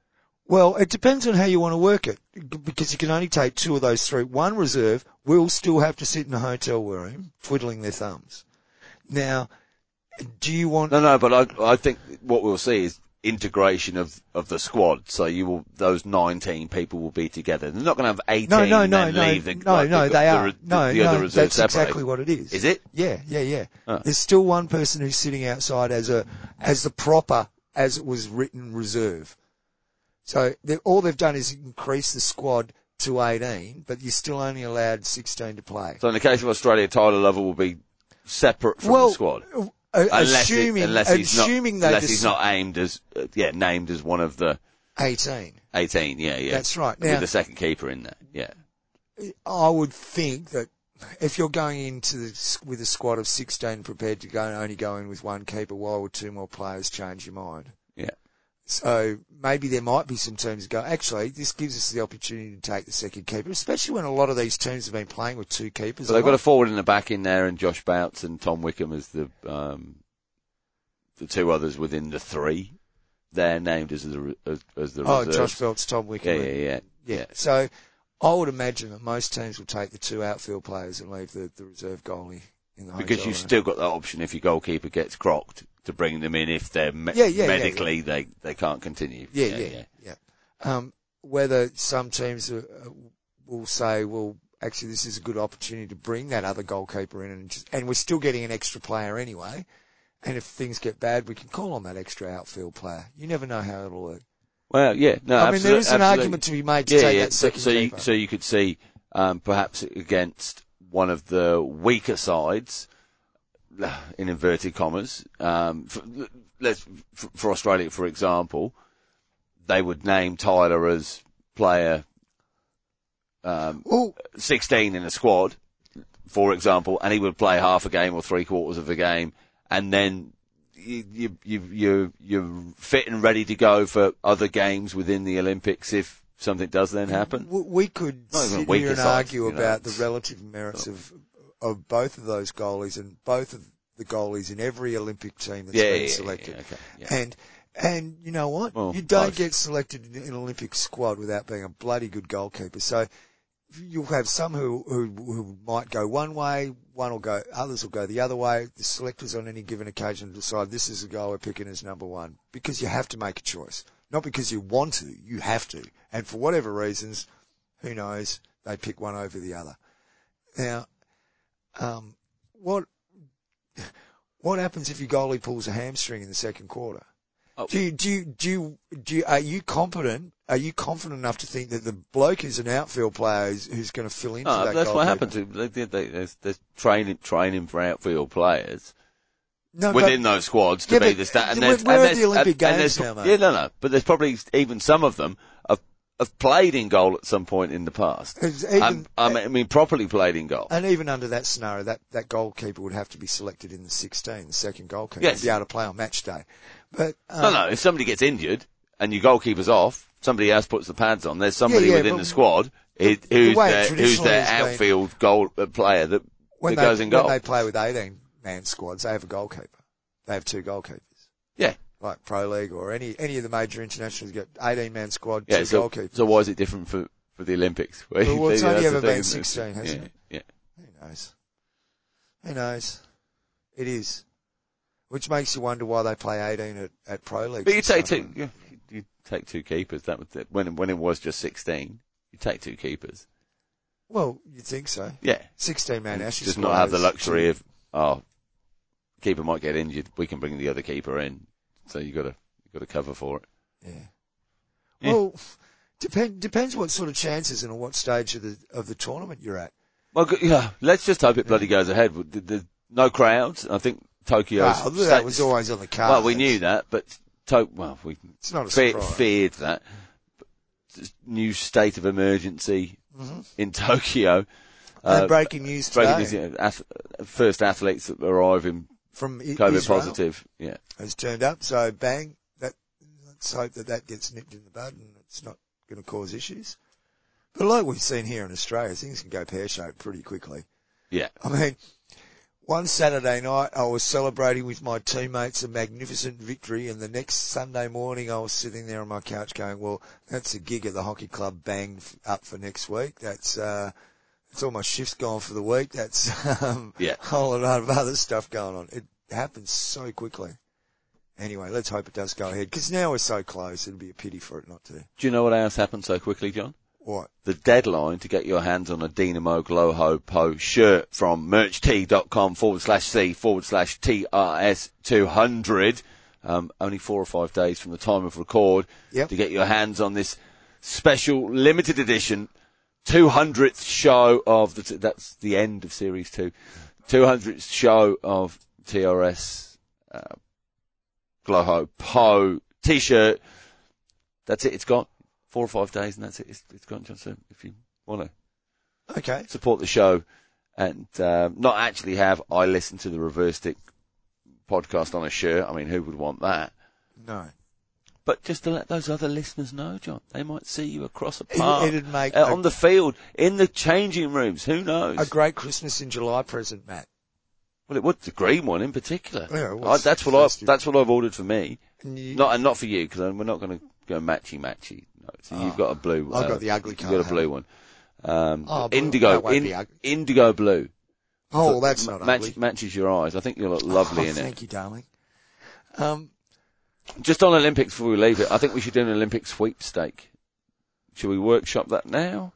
Well, it depends on how you want to work it, g- because you can only take two of those three. One reserve will still have to sit in a hotel room twiddling their thumbs. Now, do you want?
No, no. But I, I think what we'll see is integration of, of the squad. So you will those nineteen people will be together. They're not going to have eighteen.
No, no,
and
no,
then
no,
leave the,
no,
like,
no.
the,
they
the,
are
the-
no,
the other
no.
reserve
That's
separate.
exactly what it is.
Is it?
Yeah, yeah, yeah.
Oh.
There's still one person who's sitting outside as a as the proper as it was written reserve. So they- all they've done is increase the squad to 18, but you're still only allowed 16 to play.
So in the case of Australia, Tyler Lover will be separate from
well,
the squad.
uh,
Unless he-
assuming,
unless he's
assuming
not,
they
unless
just
he's not aimed as uh, yeah named as one of the
18.
18. Yeah, yeah.
That's right.
With
Now,
the second keeper in there. Yeah.
I would think that if you're going into the, s- with a squad of 16 prepared to go only go in with one keeper, why would two more players change your mind?
Yeah.
So maybe there might be some teams go, actually, this gives us the opportunity to take the second keeper, especially when a lot of these teams have been playing with two keepers.
So they've
a
got
lot.
a forward and a back in there, and Josh Bouts and Tom Wickham as the um, the two others within the three. They're named as the re- as, as the
oh,
reserves.
Josh Phelps, Tom Wickham.
yeah, yeah,
and-
yeah,
yeah. So I would imagine that most teams will take the two outfield players and leave the, the reserve goalie in the
Because
hotel
you've
room.
still got that option if your goalkeeper gets crocked to bring them in if they're me-
Yeah, yeah, yeah,
medically they they can't continue.
Yeah, yeah, yeah. Um, whether some teams uh, uh, will say, well, actually, this is a good opportunity to bring that other goalkeeper in, and, just, and we're still getting an extra player anyway. And if things get bad, we can call on that extra outfield player. You never know how it'll work.
Well, yeah, no,
I mean, there
absolute-
is an
absolutely.
argument to be made to take that
So,
second
so you,
keeper.
so you could see um, perhaps against one of the weaker sides, [sighs] in inverted commas, um, for, let's for, for Australia, for example, they would name Tyler as player um,
well,
16 in a squad, for example, and he would play half a game or three quarters of a game, and then you, you, you, you, you're fit and ready to go for other games within the Olympics if something does then happen.
w- we could
Not even
sit
weaker
here and
sides,
argue
you know, Oh.
about the
it's-
relative merits of of both of those goalies and both of the goalies in every Olympic team that's
Yeah, yeah,
been
yeah,
selected.
yeah, okay, yeah.
And and you know what?
Well,
you don't
close.
get selected in an Olympic squad without being a bloody good goalkeeper. So you'll have some who, who who might go one way, one will go, others will go the other way. The selectors on any given occasion decide this is the guy we're picking as number one because you have to make a choice, not because you want to. You have to, and for whatever reasons, who knows? They pick one over the other. Now, um, what what happens if your goalie pulls a hamstring in the second quarter?
Oh.
Do you, do you, do you, do you, are you competent? Are you confident enough to think that the bloke who's an outfield player who's, who's going to fill into
No,
that?
Oh, Ah, that's what
goalkeeper?
happened to they, they, they, there's, there's training training for outfield players
No, but-
within those squads to
Yeah,
be
but
the stat. And
we're-
there's,
we're
and
at
there's-
the Olympic
and- and
Games
there's-
now, mate.
Yeah, no, no. But there's probably even some of them have have played in goal at some point in the past.
It's
I'm-
even-
Um,
Uh,
I mean, I mean, properly played in goal.
And even under that scenario, that, that goalkeeper would have to be selected in the 16, the second goalkeeper,
Yes.
to be able to play on match day. But, um,
No, no. If somebody gets injured and your goalkeeper's off, somebody else puts the pads on. There's somebody
Yeah, yeah,
within
but
the squad who- who's
way it
their, who's
traditionally
their
has been-
outfield goal uh, player that,
when,
that
they,
goes in
when
goal.
they play with 18 man squads, they have a goalkeeper. They have two goalkeepers.
Yeah,
Like Pro League or any, any of the major internationals get 18 man squad,
yeah.
two
So,
goalkeepers.
so why is it different for for the Olympics? [laughs] Where
Well, well, it's
they-
only
that's
ever
the
been
thing, isn't
16, hasn't
yeah,
it?
Yeah.
Who knows? Who knows? It is. Which makes you wonder why they play 18 at, at Pro League.
But you take two. You, you take two keepers. That was the- when when it was just sixteen. You take two keepers.
Well, you'd think so.
Yeah.
16 man Ashes.
just not have the luxury of oh, keeper might get injured. We can bring the other keeper in. So you got to you got to cover for it.
Yeah.
Yeah.
Well, depend, depends what sort of chances and at what stage of the of the tournament you're at.
Well, g- yeah. Let's just hope it bloody goes ahead. With the, the, no crowds. I think Tokyo.
Well, that was always on the card.
Well, we knew that, but to, well, we
It's not a
fe-
surprise.
feared that But new state of emergency in [laughs] Tokyo.
and Mm-hmm. breaking news today
uh, breaking news, ath- first athletes that arrive in
from I-
COVID
Israel
positive. Yeah.
has turned up. So bang, that, let's hope that that gets nipped in the bud and it's not going to cause issues. But like we've seen here in Australia, things can go pear-shaped pretty quickly.
Yeah.
I mean, one Saturday night I was celebrating with my teammates a magnificent victory and the next Sunday morning I was sitting there on my couch going, well, that's a gig at the hockey club banged f- up for next week. That's, uh, that's all my shifts gone for the week. That's, um,
Yeah.
[laughs] a whole lot of other stuff going on. It happens so quickly. Anyway, let's hope it does go ahead because now we're so close. It'd be a pity for it not to.
Do you know what else happened so quickly, John?
What?
the deadline to get your hands on a Dynamo Gloho Po shirt from mercht.com forward slash C forward slash TRS 200. Um, only four or five days from the time of record
Yep.
to get your hands on this special limited edition 200th show of the, that's the end of series two, 200th show of TRS, uh, Gloho Po t-shirt. That's it. It's gone. Four or five days and that's it. It's, it's gone, John. So if you want to
Okay.
support the show and, um, not actually have I listen to the reverse stick podcast on a shirt. I mean, who would want that?
No.
But just to let those other listeners know, John, they might see you across a
It-
park,
it'd make
uh,
a-
on the field, in the changing rooms. Who knows?
A great Christmas in July present, Matt.
well, it was the green one in particular.
Yeah, it
I,
was
that's what I
festive.
that's what I've ordered for me.
And you-
Not and not for you because we're not going to go matchy matchy. No, so you've got a blue.
Ah, I've
uh,
got the ugly
You've
colour,
got a blue one. Um,
Oh, blue. That
indigo,
won't
in-
be ugly.
indigo blue.
oh, well, that's not
Match-
ugly.
Matches your eyes. I think you look lovely
Oh,
in it.
Thank you, darling. Um,
Just on Olympics before we leave it, I think we should do an Olympic sweepstake. Should we workshop that now?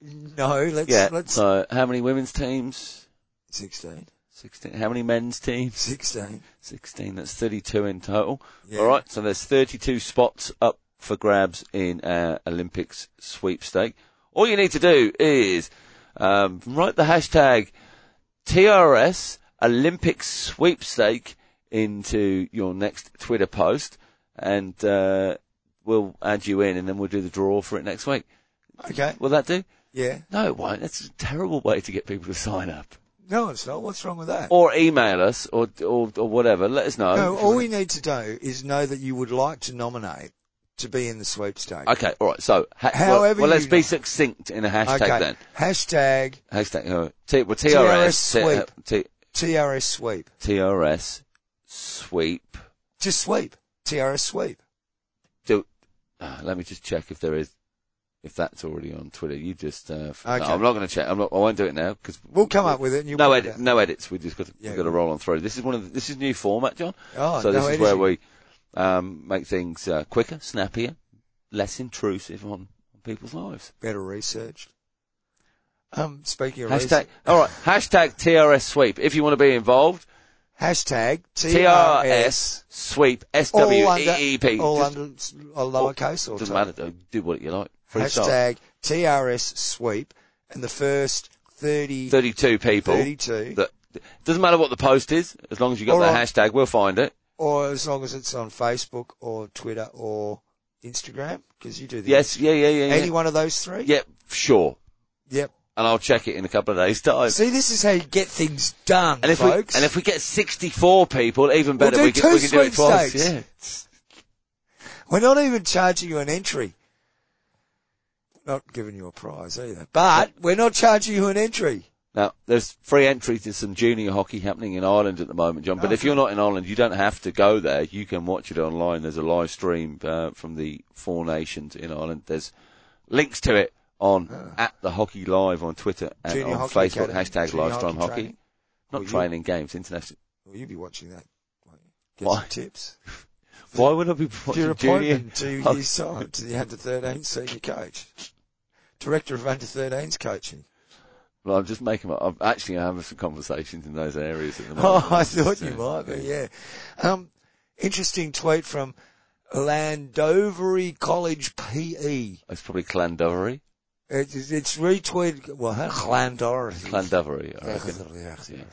no, let's
Yeah.
let's
So how many women's teams?
16.
Sixteen. How many men's teams?
16.
Sixteen. That's thirty-two in total.
Yeah.
All right. So there's thirty-two spots up for grabs in our Olympics sweepstake. All you need to do is um, write the hashtag TRS Olympics sweepstake into your next Twitter post, and uh, we'll add you in, and then we'll do the draw for it next week.
Okay.
Will that do?
Yeah.
No, it won't. That's a terrible way to get people to sign up.
No, it's not. What's wrong with that?
Or email us, or or, or whatever. Let us
no,
know. if
all
you want
we need to do is know that you would like to nominate to be in the sweepstakes.
Okay, all right. So, ha- well- well,
However you
let's be
know.
succinct in a hashtag
Okay.
then.
Hashtag
Hashtag uh, t- well, TRS,
TRS
T-
TRS sweep.
T- TRS sweep.
Just sweep. TRS sweep.
Do, uh, let me just check if there is if that's already on Twitter. You just uh, f- no,
Okay.
I'm not going to check. I'm not. I won't do it now because
We'll come up with it and you
No
work it
edit,
out.
no edits. We just got to,
Yeah.
we've got to roll on through. This is one of the, this is new format, John.
Oh,
so this
no
is where
editing.
we um, make things uh, quicker, snappier, less intrusive on, on people's lives.
Better research. Um, speaking of
Hashtag,
research,
all right, hashtag TRS sweep. If you want to be involved,
hashtag
TRS sweep,
all under,
S-W-E-E-P.
all
E Just-
under s- a lowercase or
Doesn't
type.
matter, though. do what you like. Free style.
Hashtag TRS sweep and the first 30,
32 people.
32
That, doesn't matter what the post is, as long as you got
All
the
right.
hashtag, we'll find it.
or as long as it's on Facebook or Twitter or Instagram? Because you do the
Yes, yeah, yeah, yeah. yeah.
Any one of those three?
Yeah, sure.
Yep.
And I'll check it in a couple of days' time.
See, this is how you get things done,
and if
folks.
we and if we get 64 people, even better.
We'll
we
do
can,
two
we can do it twice.
sweepstakes.
Yeah.
We're not even charging you an entry. Not giving you a prize either. But we're not charging you an entry.
Now, there's free entry to some junior hockey happening in Ireland at the moment, John. But if you're not in Ireland, you don't have to go there. You can watch it online. There's a live stream uh, from the Four Nations in Ireland. There's links to it on at the Hockey Live on Twitter and
Ah. Junior
on
Hockey
Facebook
Academy,
hashtag
junior
Lifetime
hockey
Hockey.
training. Well,
Not
you-
training games, international.
Well, you'll be watching that. won't you? Get
Why?
some
[laughs]
tips.
Why would I be
To your
watching junior? Oh.
appointment two
hockey?
years time to the under 13 senior coach. Director of under 13s
[laughs]
coaching.
Well, I'm just making. My, I'm actually having some conversations in those areas at the moment.
[laughs] Oh, I thought you might be, yeah. Um, interesting tweet from Landovery College PE.
It's probably Clandovery.
It's, it's retweeted, well, Landovery.
Clandovery. I
[laughs]
reckon.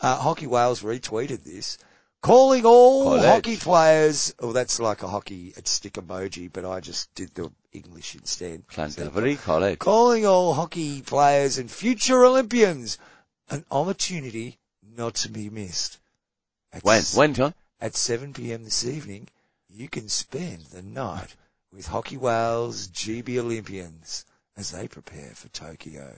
Uh, Hockey Wales retweeted this, calling all
College.
hockey players. Oh, that's like a hockey stick emoji, but I just did the English instead.
Clandovery
[laughs]
College.
Calling all hockey players and future Olympians an opportunity not to be missed. At
When?
s-
When, John?
At 7 p.m. this evening, you can spend the night with Hockey Wales GB Olympians as they prepare for Tokyo.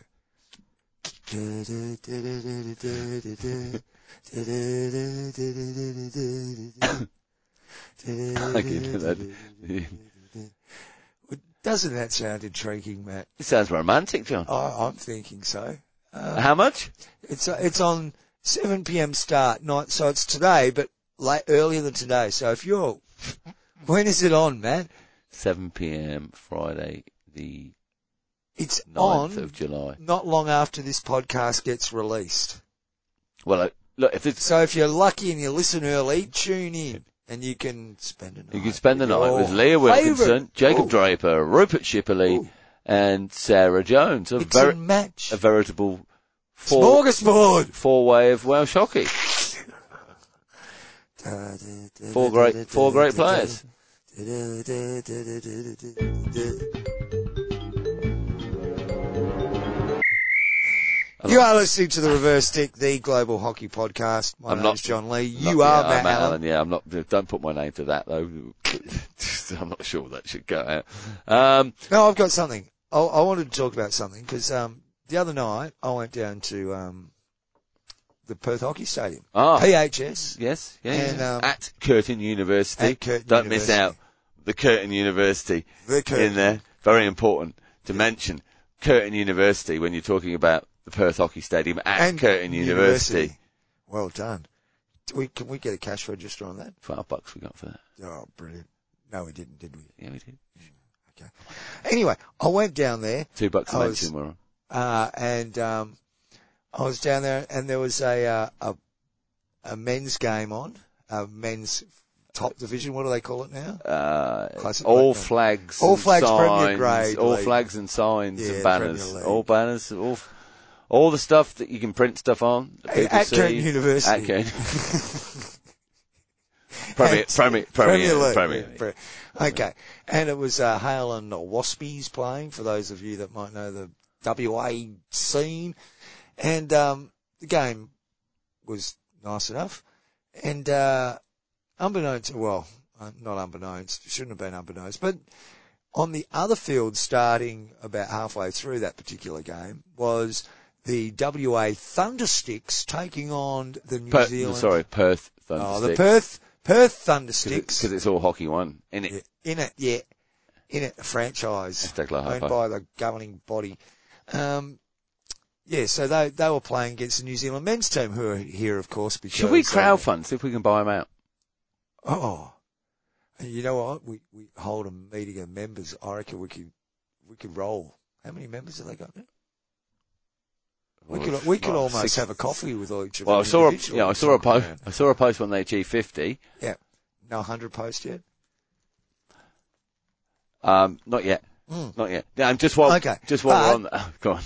I get that.
Doesn't that sound intriguing, Matt?
It sounds romantic, John.
I, I'm thinking so. Uh,
How much?
it's it's on 7 p.m. start, not so it's today, but late, earlier than today. So if you're, when is it on, Matt?
7 p.m. Friday, the
It's
9th
on
of July.
not long after this podcast gets released.
Well, I- look, if it's
So if you're lucky and you listen early, tune in and you can spend a night.
you can spend the
with
night
your
with Leah
favourite-
Wilkinson, Jacob
Ooh,
Draper, Rupert Shipperley,
Oh. ooh.
and Sarah Jones. A,
It's
ver-
a match.
a veritable four
Smorgasbord.
four way of Welsh hockey. Four great four great players.
You are listening to the Reverse Stick, the global hockey podcast. My
I'm
name's
not-
John Lee.
Not-
You
yeah,
are
I'm
Matt Allen.
Yeah, I'm not. Don't put my name to that though. [laughs] I'm not sure that should go out. Um,
No, I've got something. I, I wanted to talk about something because um, the other night I went down to um, the Perth Hockey Stadium,
ah,
PHS.
Yes, yeah.
And,
yeah.
um,
at Curtin University.
at Curtin
Don't miss
University.
out the Curtin University
The
in there. Very important to mention Curtin University when you're talking about the Perth Hockey Stadium at Curtin University.
Well done. Do we, can we get a cash register on that?
Twelve bucks we got for that.
Oh, brilliant. No, we didn't, did we?
Yeah, we did.
Anyway, I went down there,
Two bucks
I
a
was-
mention we're on.
uh, and, um, I was down there and there was a, uh, a, a men's game on, a men's top division. What do they call it now?
Uh,
Classic
all
like that.
flags,
All
and
flags, Premier
signs,
Grade
all
League.
flags and signs
Yeah,
and banners,
Premier League.
all banners, all f- all the stuff that you can print stuff on. that people
at
see.
Curtin University. [laughs]
At Curtin. Premier, Premier, Premier,
League.
Premier.
Yeah, Pre- Okay. And it was uh, Hale and Waspies playing, for those of you that might know the WA scene. And um, the game was nice enough. And uh, unbeknownst, well, uh, not unbeknownst, it shouldn't have been unbeknownst, but on the other field starting about halfway through that particular game was the WA Thundersticks taking on the New
Perth,
Zealand.
sorry, Perth
Oh,
Thundersticks.
the Perth Perth
because
Thundersticks
it's all hockey one, isn't it?
yeah, in it, yeah, in it, a franchise
Hashtag
[laughs]
La
owned
Hypo.
by the governing body. Um, yeah, so they they were playing against the New Zealand men's team, who are here, of course. Because
Should we
uh,
crowdfund see if we can buy them out?
Oh, and you know what? We we hold a meeting of members. I reckon we could we could roll. How many members have they got? now? We could we could
Well,
almost
six-
have a coffee with each of
Well, I
them
saw a
individually.
yeah, I saw a post. I saw a post when they achieved fifty.
Yeah, no hundred post yet.
Um, not yet,
Mm.
not yet. Yeah, and just while
Okay,
just while
but-
we're on that, [laughs] go on.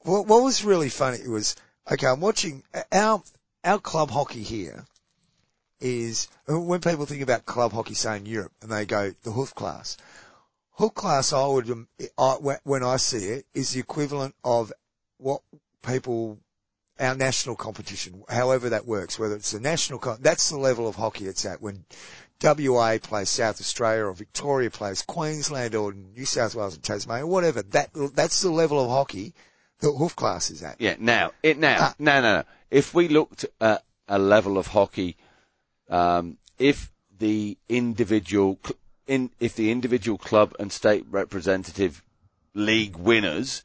What, what was uh, really funny was, okay, I'm watching our, our club hockey here is uh, when people think about club hockey, say in Europe, and they go the hoof class. Hook class, I would, um, I, when I see it, is the equivalent of what people, our national competition, however that works, whether it's the national, co- that's the level of hockey it's at when WA plays South Australia or Victoria plays Queensland or New South Wales and Tasmania, whatever. That, that's the level of hockey that hoof class is at.
Yeah, now it now
Ah.
no no no. If we looked at a level of hockey, um, if the individual cl- in if the individual club and state representative league winners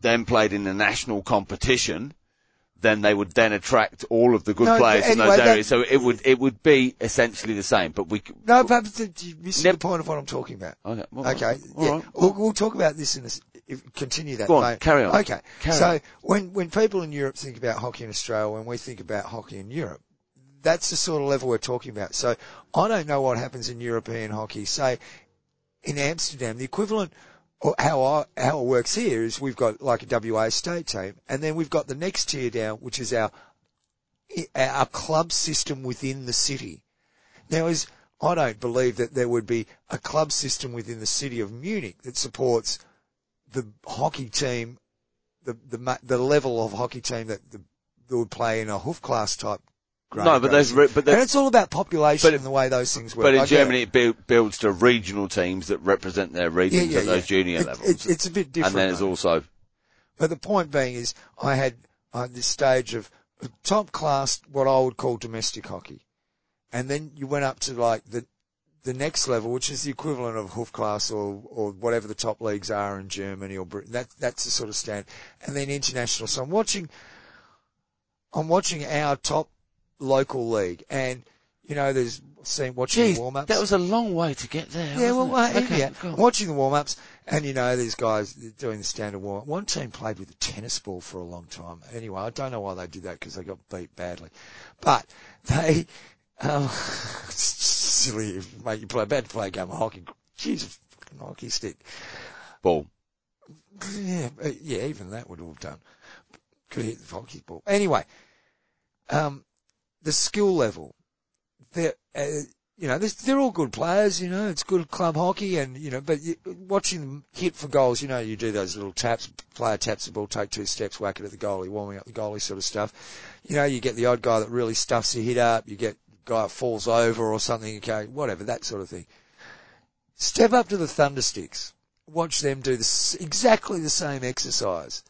then played in the national competition, then they would then attract all of the good
No,
players in those
anyway, that-
areas. So it would it would be essentially the same. But we c-
No, but th- you're missing
Never-
the point of what I'm talking about.
okay all right,
Okay.
all
yeah.
right.
We'll, we'll talk about this in a, s- if, continue that.
Go on,
mate.
carry on.
Okay.
Carry
so
on.
when, when people in Europe think about hockey in Australia, when we think about hockey in Europe, that's the sort of level we're talking about. So I don't know what happens in European hockey. Say in Amsterdam, the equivalent or how I, how it works here is we've got like a WA state team and then we've got the next tier down, which is our, our club system within the city. Now, is I don't believe that there would be a club system within the city of Munich that supports the hockey team, the the ma- the level of hockey team that the, that would play in a Hofklasse type. grade
No, but there's
racing.
re- but
and
there's
it's all about population
but it-
and the way those things work.
But in
I get it.
Germany, it build, builds to regional teams that represent their
yeah,
regions
yeah,
at those
yeah.
junior
It-
levels.
it's- it's a bit different.
and then there's
though.
also
But the point being is, I had uh, this stage of top class, what I would call domestic hockey, and then you went up to like the the next level, which is the equivalent of hoof class or or whatever the top leagues are in Germany or Britain. That that's the sort of stand, and then international. So I'm watching, I'm watching our top local league, and you know, there's seen watching the warm ups.
a long way to get there.
Yeah, well, well, yeah. Watching the warm ups, and you know these guys doing the standard warm up. One team played with a tennis ball for a long time. Anyway, I don't know why they did that because they got beat badly, but they um, [laughs] it's silly mate. You play about to play a game of hockey. Jeez, a fucking hockey stick.
Ball.
Yeah, uh, yeah, even that would all have done. Could hit the hockey ball. Anyway, um, the skill level. They're, uh, you know, this- they're all good players, you know, it's good club hockey and, you know, but you, watching them hit for goals, you know, you do those little taps, player taps the ball, take two steps, whack it at the goalie, warming up the goalie sort of stuff. You know, you get the odd guy that really stuffs a hit up, you get the guy that falls over or something, okay, whatever, that sort of thing. Step up to the Thundersticks watch them do this, exactly the same exercise.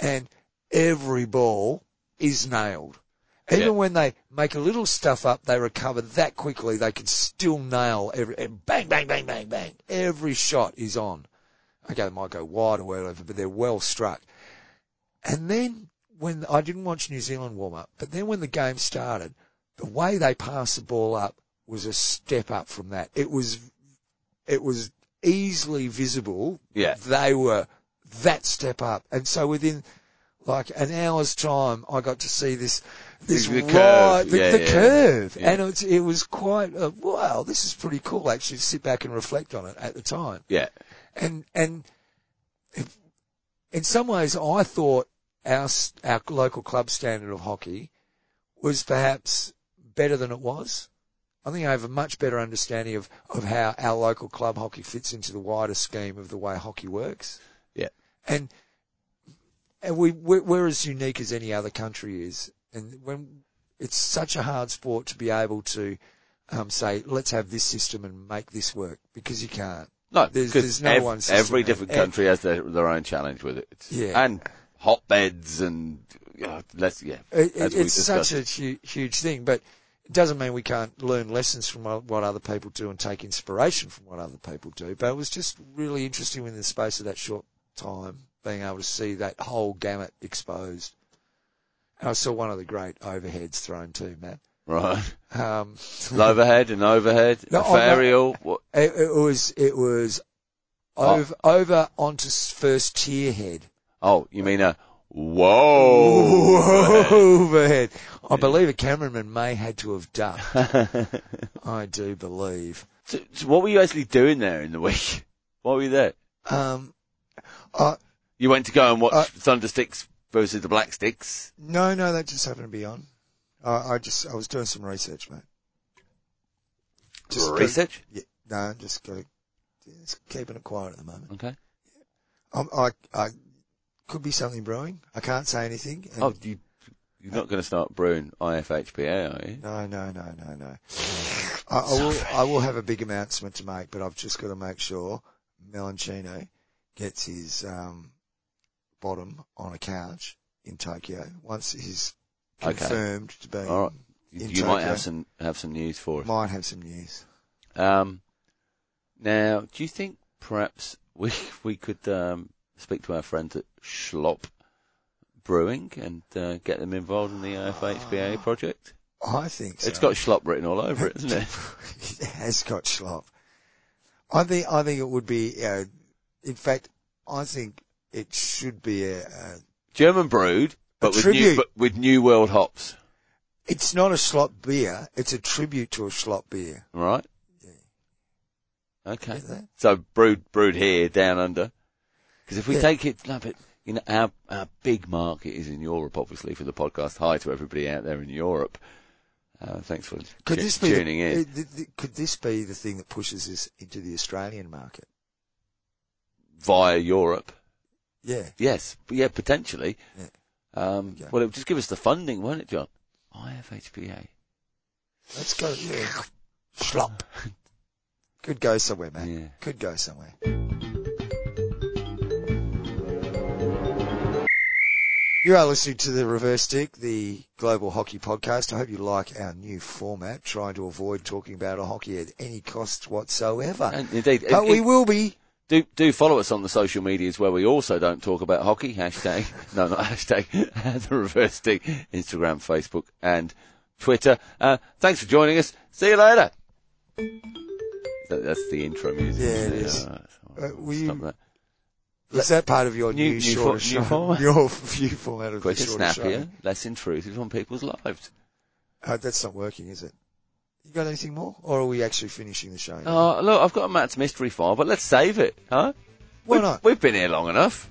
And every ball is nailed. Even
Yeah.
when they make a little stuff up, they recover that quickly. They can still nail every and bang, bang, bang, bang, bang. Every shot is on. Okay, they might go wide or whatever, but they're well struck. And then when I didn't watch New Zealand warm up, but then when the game started, the way they passed the ball up was a step up from that. It was, it was easily visible.
Yeah.
They were that step up. And so within like an hour's time, I got to see this, this
The- the
ride-
curve.
the,
Yeah,
the
yeah,
curve.
yeah.
And it's, it was quite, uh, wow, this is pretty cool actually to sit back and reflect on it at the time
Yeah.
and and if- in some ways, I thought our s- our local club standard of hockey was perhaps better than it was. I think I have a much better understanding of, of how our local club hockey fits into the wider scheme of the way hockey works.
Yeah.
and and we we're, we're as unique as any other country is, and when it's such a hard sport to be able to um, say let's have this system and make this work because you can't.
No,
There's-
'cause
there's no
ev-
one system
every
there.
different
Ev-
country has their, their own challenge with it.
Yeah.
And hotbeds and, uh, let's, yeah.
It,
as
it,
we
it's such
discussed.
a hu- huge thing, but it doesn't mean we can't learn lessons from what what other people do and take inspiration from what other people do. But it was just really interesting within the space of that short time, being able to see that whole gamut exposed. And I saw one of the great overheads thrown too, Matt. [laughs]
Right. [laughs]
Um,
An overhead, an overhead,
No,
a
I'm not-
aerial. What,
[laughs] it, it was it was
Oh.
over over onto s- first tier head.
oh, you mean a Oh. [laughs]
[laughs]
whoa.
overhead. I believe a cameraman may had to have ducked. I do believe.
so, so what were you actually doing there in the week? Why were you there?
Um, uh,
You went to go and watch
Uh,
Thunder Sticks versus the Black Sticks.
no, no, that just happened to be on. I, I just I was doing some research, mate. Just
Research?
Yeah, no, just got to just keeping it quiet at the moment.
Okay.
I'm, I I could be something brewing. I can't say anything. and-
Oh, you, you're not going to start brewing IFHPA, are you?
No, no, no, no, no. I, I will. I will have a big announcement to make, but I've just got to make sure Melanchino gets his um, bottom on a couch in Tokyo once he's
Okay.
confirmed to be.
All right. You,
In
you might
Tokyo.
have some have some news for us.
Might have some news.
Um, now, do you think perhaps we [laughs] we could um, speak to our friends at Schlop Brewing and uh, get them involved in the
[sighs]
IFHBA project?
I think so.
It's got Schlop written all over
[laughs]
it, isn't it?
it has got slop. I think. I think it would be. Uh, in fact, I think it should be a. a
German brewed, but with new
tribute.
but with new world hops,
it's not a slop beer. It's a tribute to a slop beer.
all right? Okay.
Get that?
So brewed brewed here down under. Because if we
Yeah.
take it, no, but you know our our big market is in Europe, obviously for the podcast. Hi to everybody out there in Europe. Uh, thanks for
Could
tu-
this be
tuning
the,
in.
uh, th- th- could this be the thing that pushes us into the Australian market?
via Europe.
Yeah.
Yes, but yeah, potentially.
Yeah.
Um,
Okay.
Well, it would just give us the funding, won't it, John? IFHPA.
Let's go.
[laughs]
Yeah. Schlop. Could go somewhere, man.
Yeah.
Could go somewhere. You are listening to the Reverse Stick, the global hockey podcast. I hope you like our new format, trying to avoid talking about hockey at any cost whatsoever.
And indeed,
but
it-
we
it-
will be.
do do follow us on the social medias where we also don't talk about hockey. Hashtag [laughs] no, not hashtag [laughs] the reverse stick. Instagram, Facebook, and Twitter. Uh, thanks for joining us. See you later. That, that's the intro music.
Yeah,
isn't
it is.
Alright,
Uh, will you-
stop that.
Is that part of your
New-
new,
new
shorter
for- new
show?
format?
Your new format of
Quicker,
the shorter show?
snappier, eh? less intrusive on people's lives.
Uh, that's not working, is it? You got anything more, or are we actually finishing the show? now?
Oh, look, I've got a Matt's mystery file, but let's save it, huh?
Why
We've-
not?
We've been here long enough.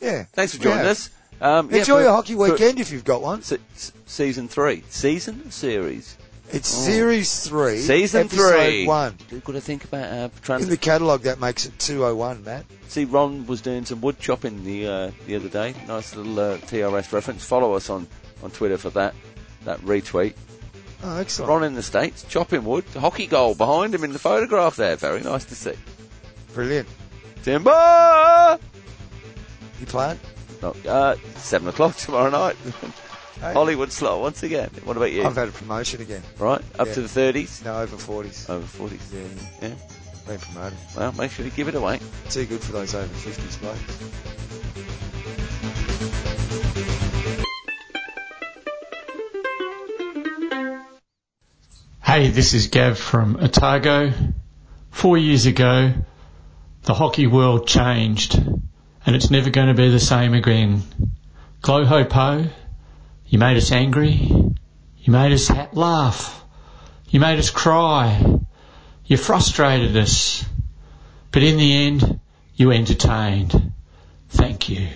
yeah.
Thanks for
we
joining
have.
us. Um, yeah,
Enjoy
for-
your hockey
for
weekend if you've got one.
se- se- season three, season series,
It's series three,
season
episode
three.
one.
We've got to think about uh,
In
trans-
the catalogue, that makes it two oh one, Matt.
See, Ron was doing some wood chopping the uh, the other day. Nice little uh, TRS reference. Follow us on, on Twitter for that that retweet.
Oh, excellent.
Ron in the states chopping wood. Hockey goal behind him in the photograph there. Very nice to see.
Brilliant.
Timber.
You playing?
No, uh, seven o'clock [laughs] tomorrow night.
[laughs] Hey.
Hollywood slot once again. What about you?
I've had a promotion again.
right up
yeah.
to the thirties.
No, over forties.
Over forties.
Yeah,
Yeah.
been promoted.
Well, make sure you give it away.
Too good for those over fifties blokes.
Hey, this is Gav from Otago. Four years ago, the hockey world changed and it's never going to be the same again. Gloho Po, you made us angry. You made us ha- laugh. You made us cry. You frustrated us. But in the end, you entertained. Thank you.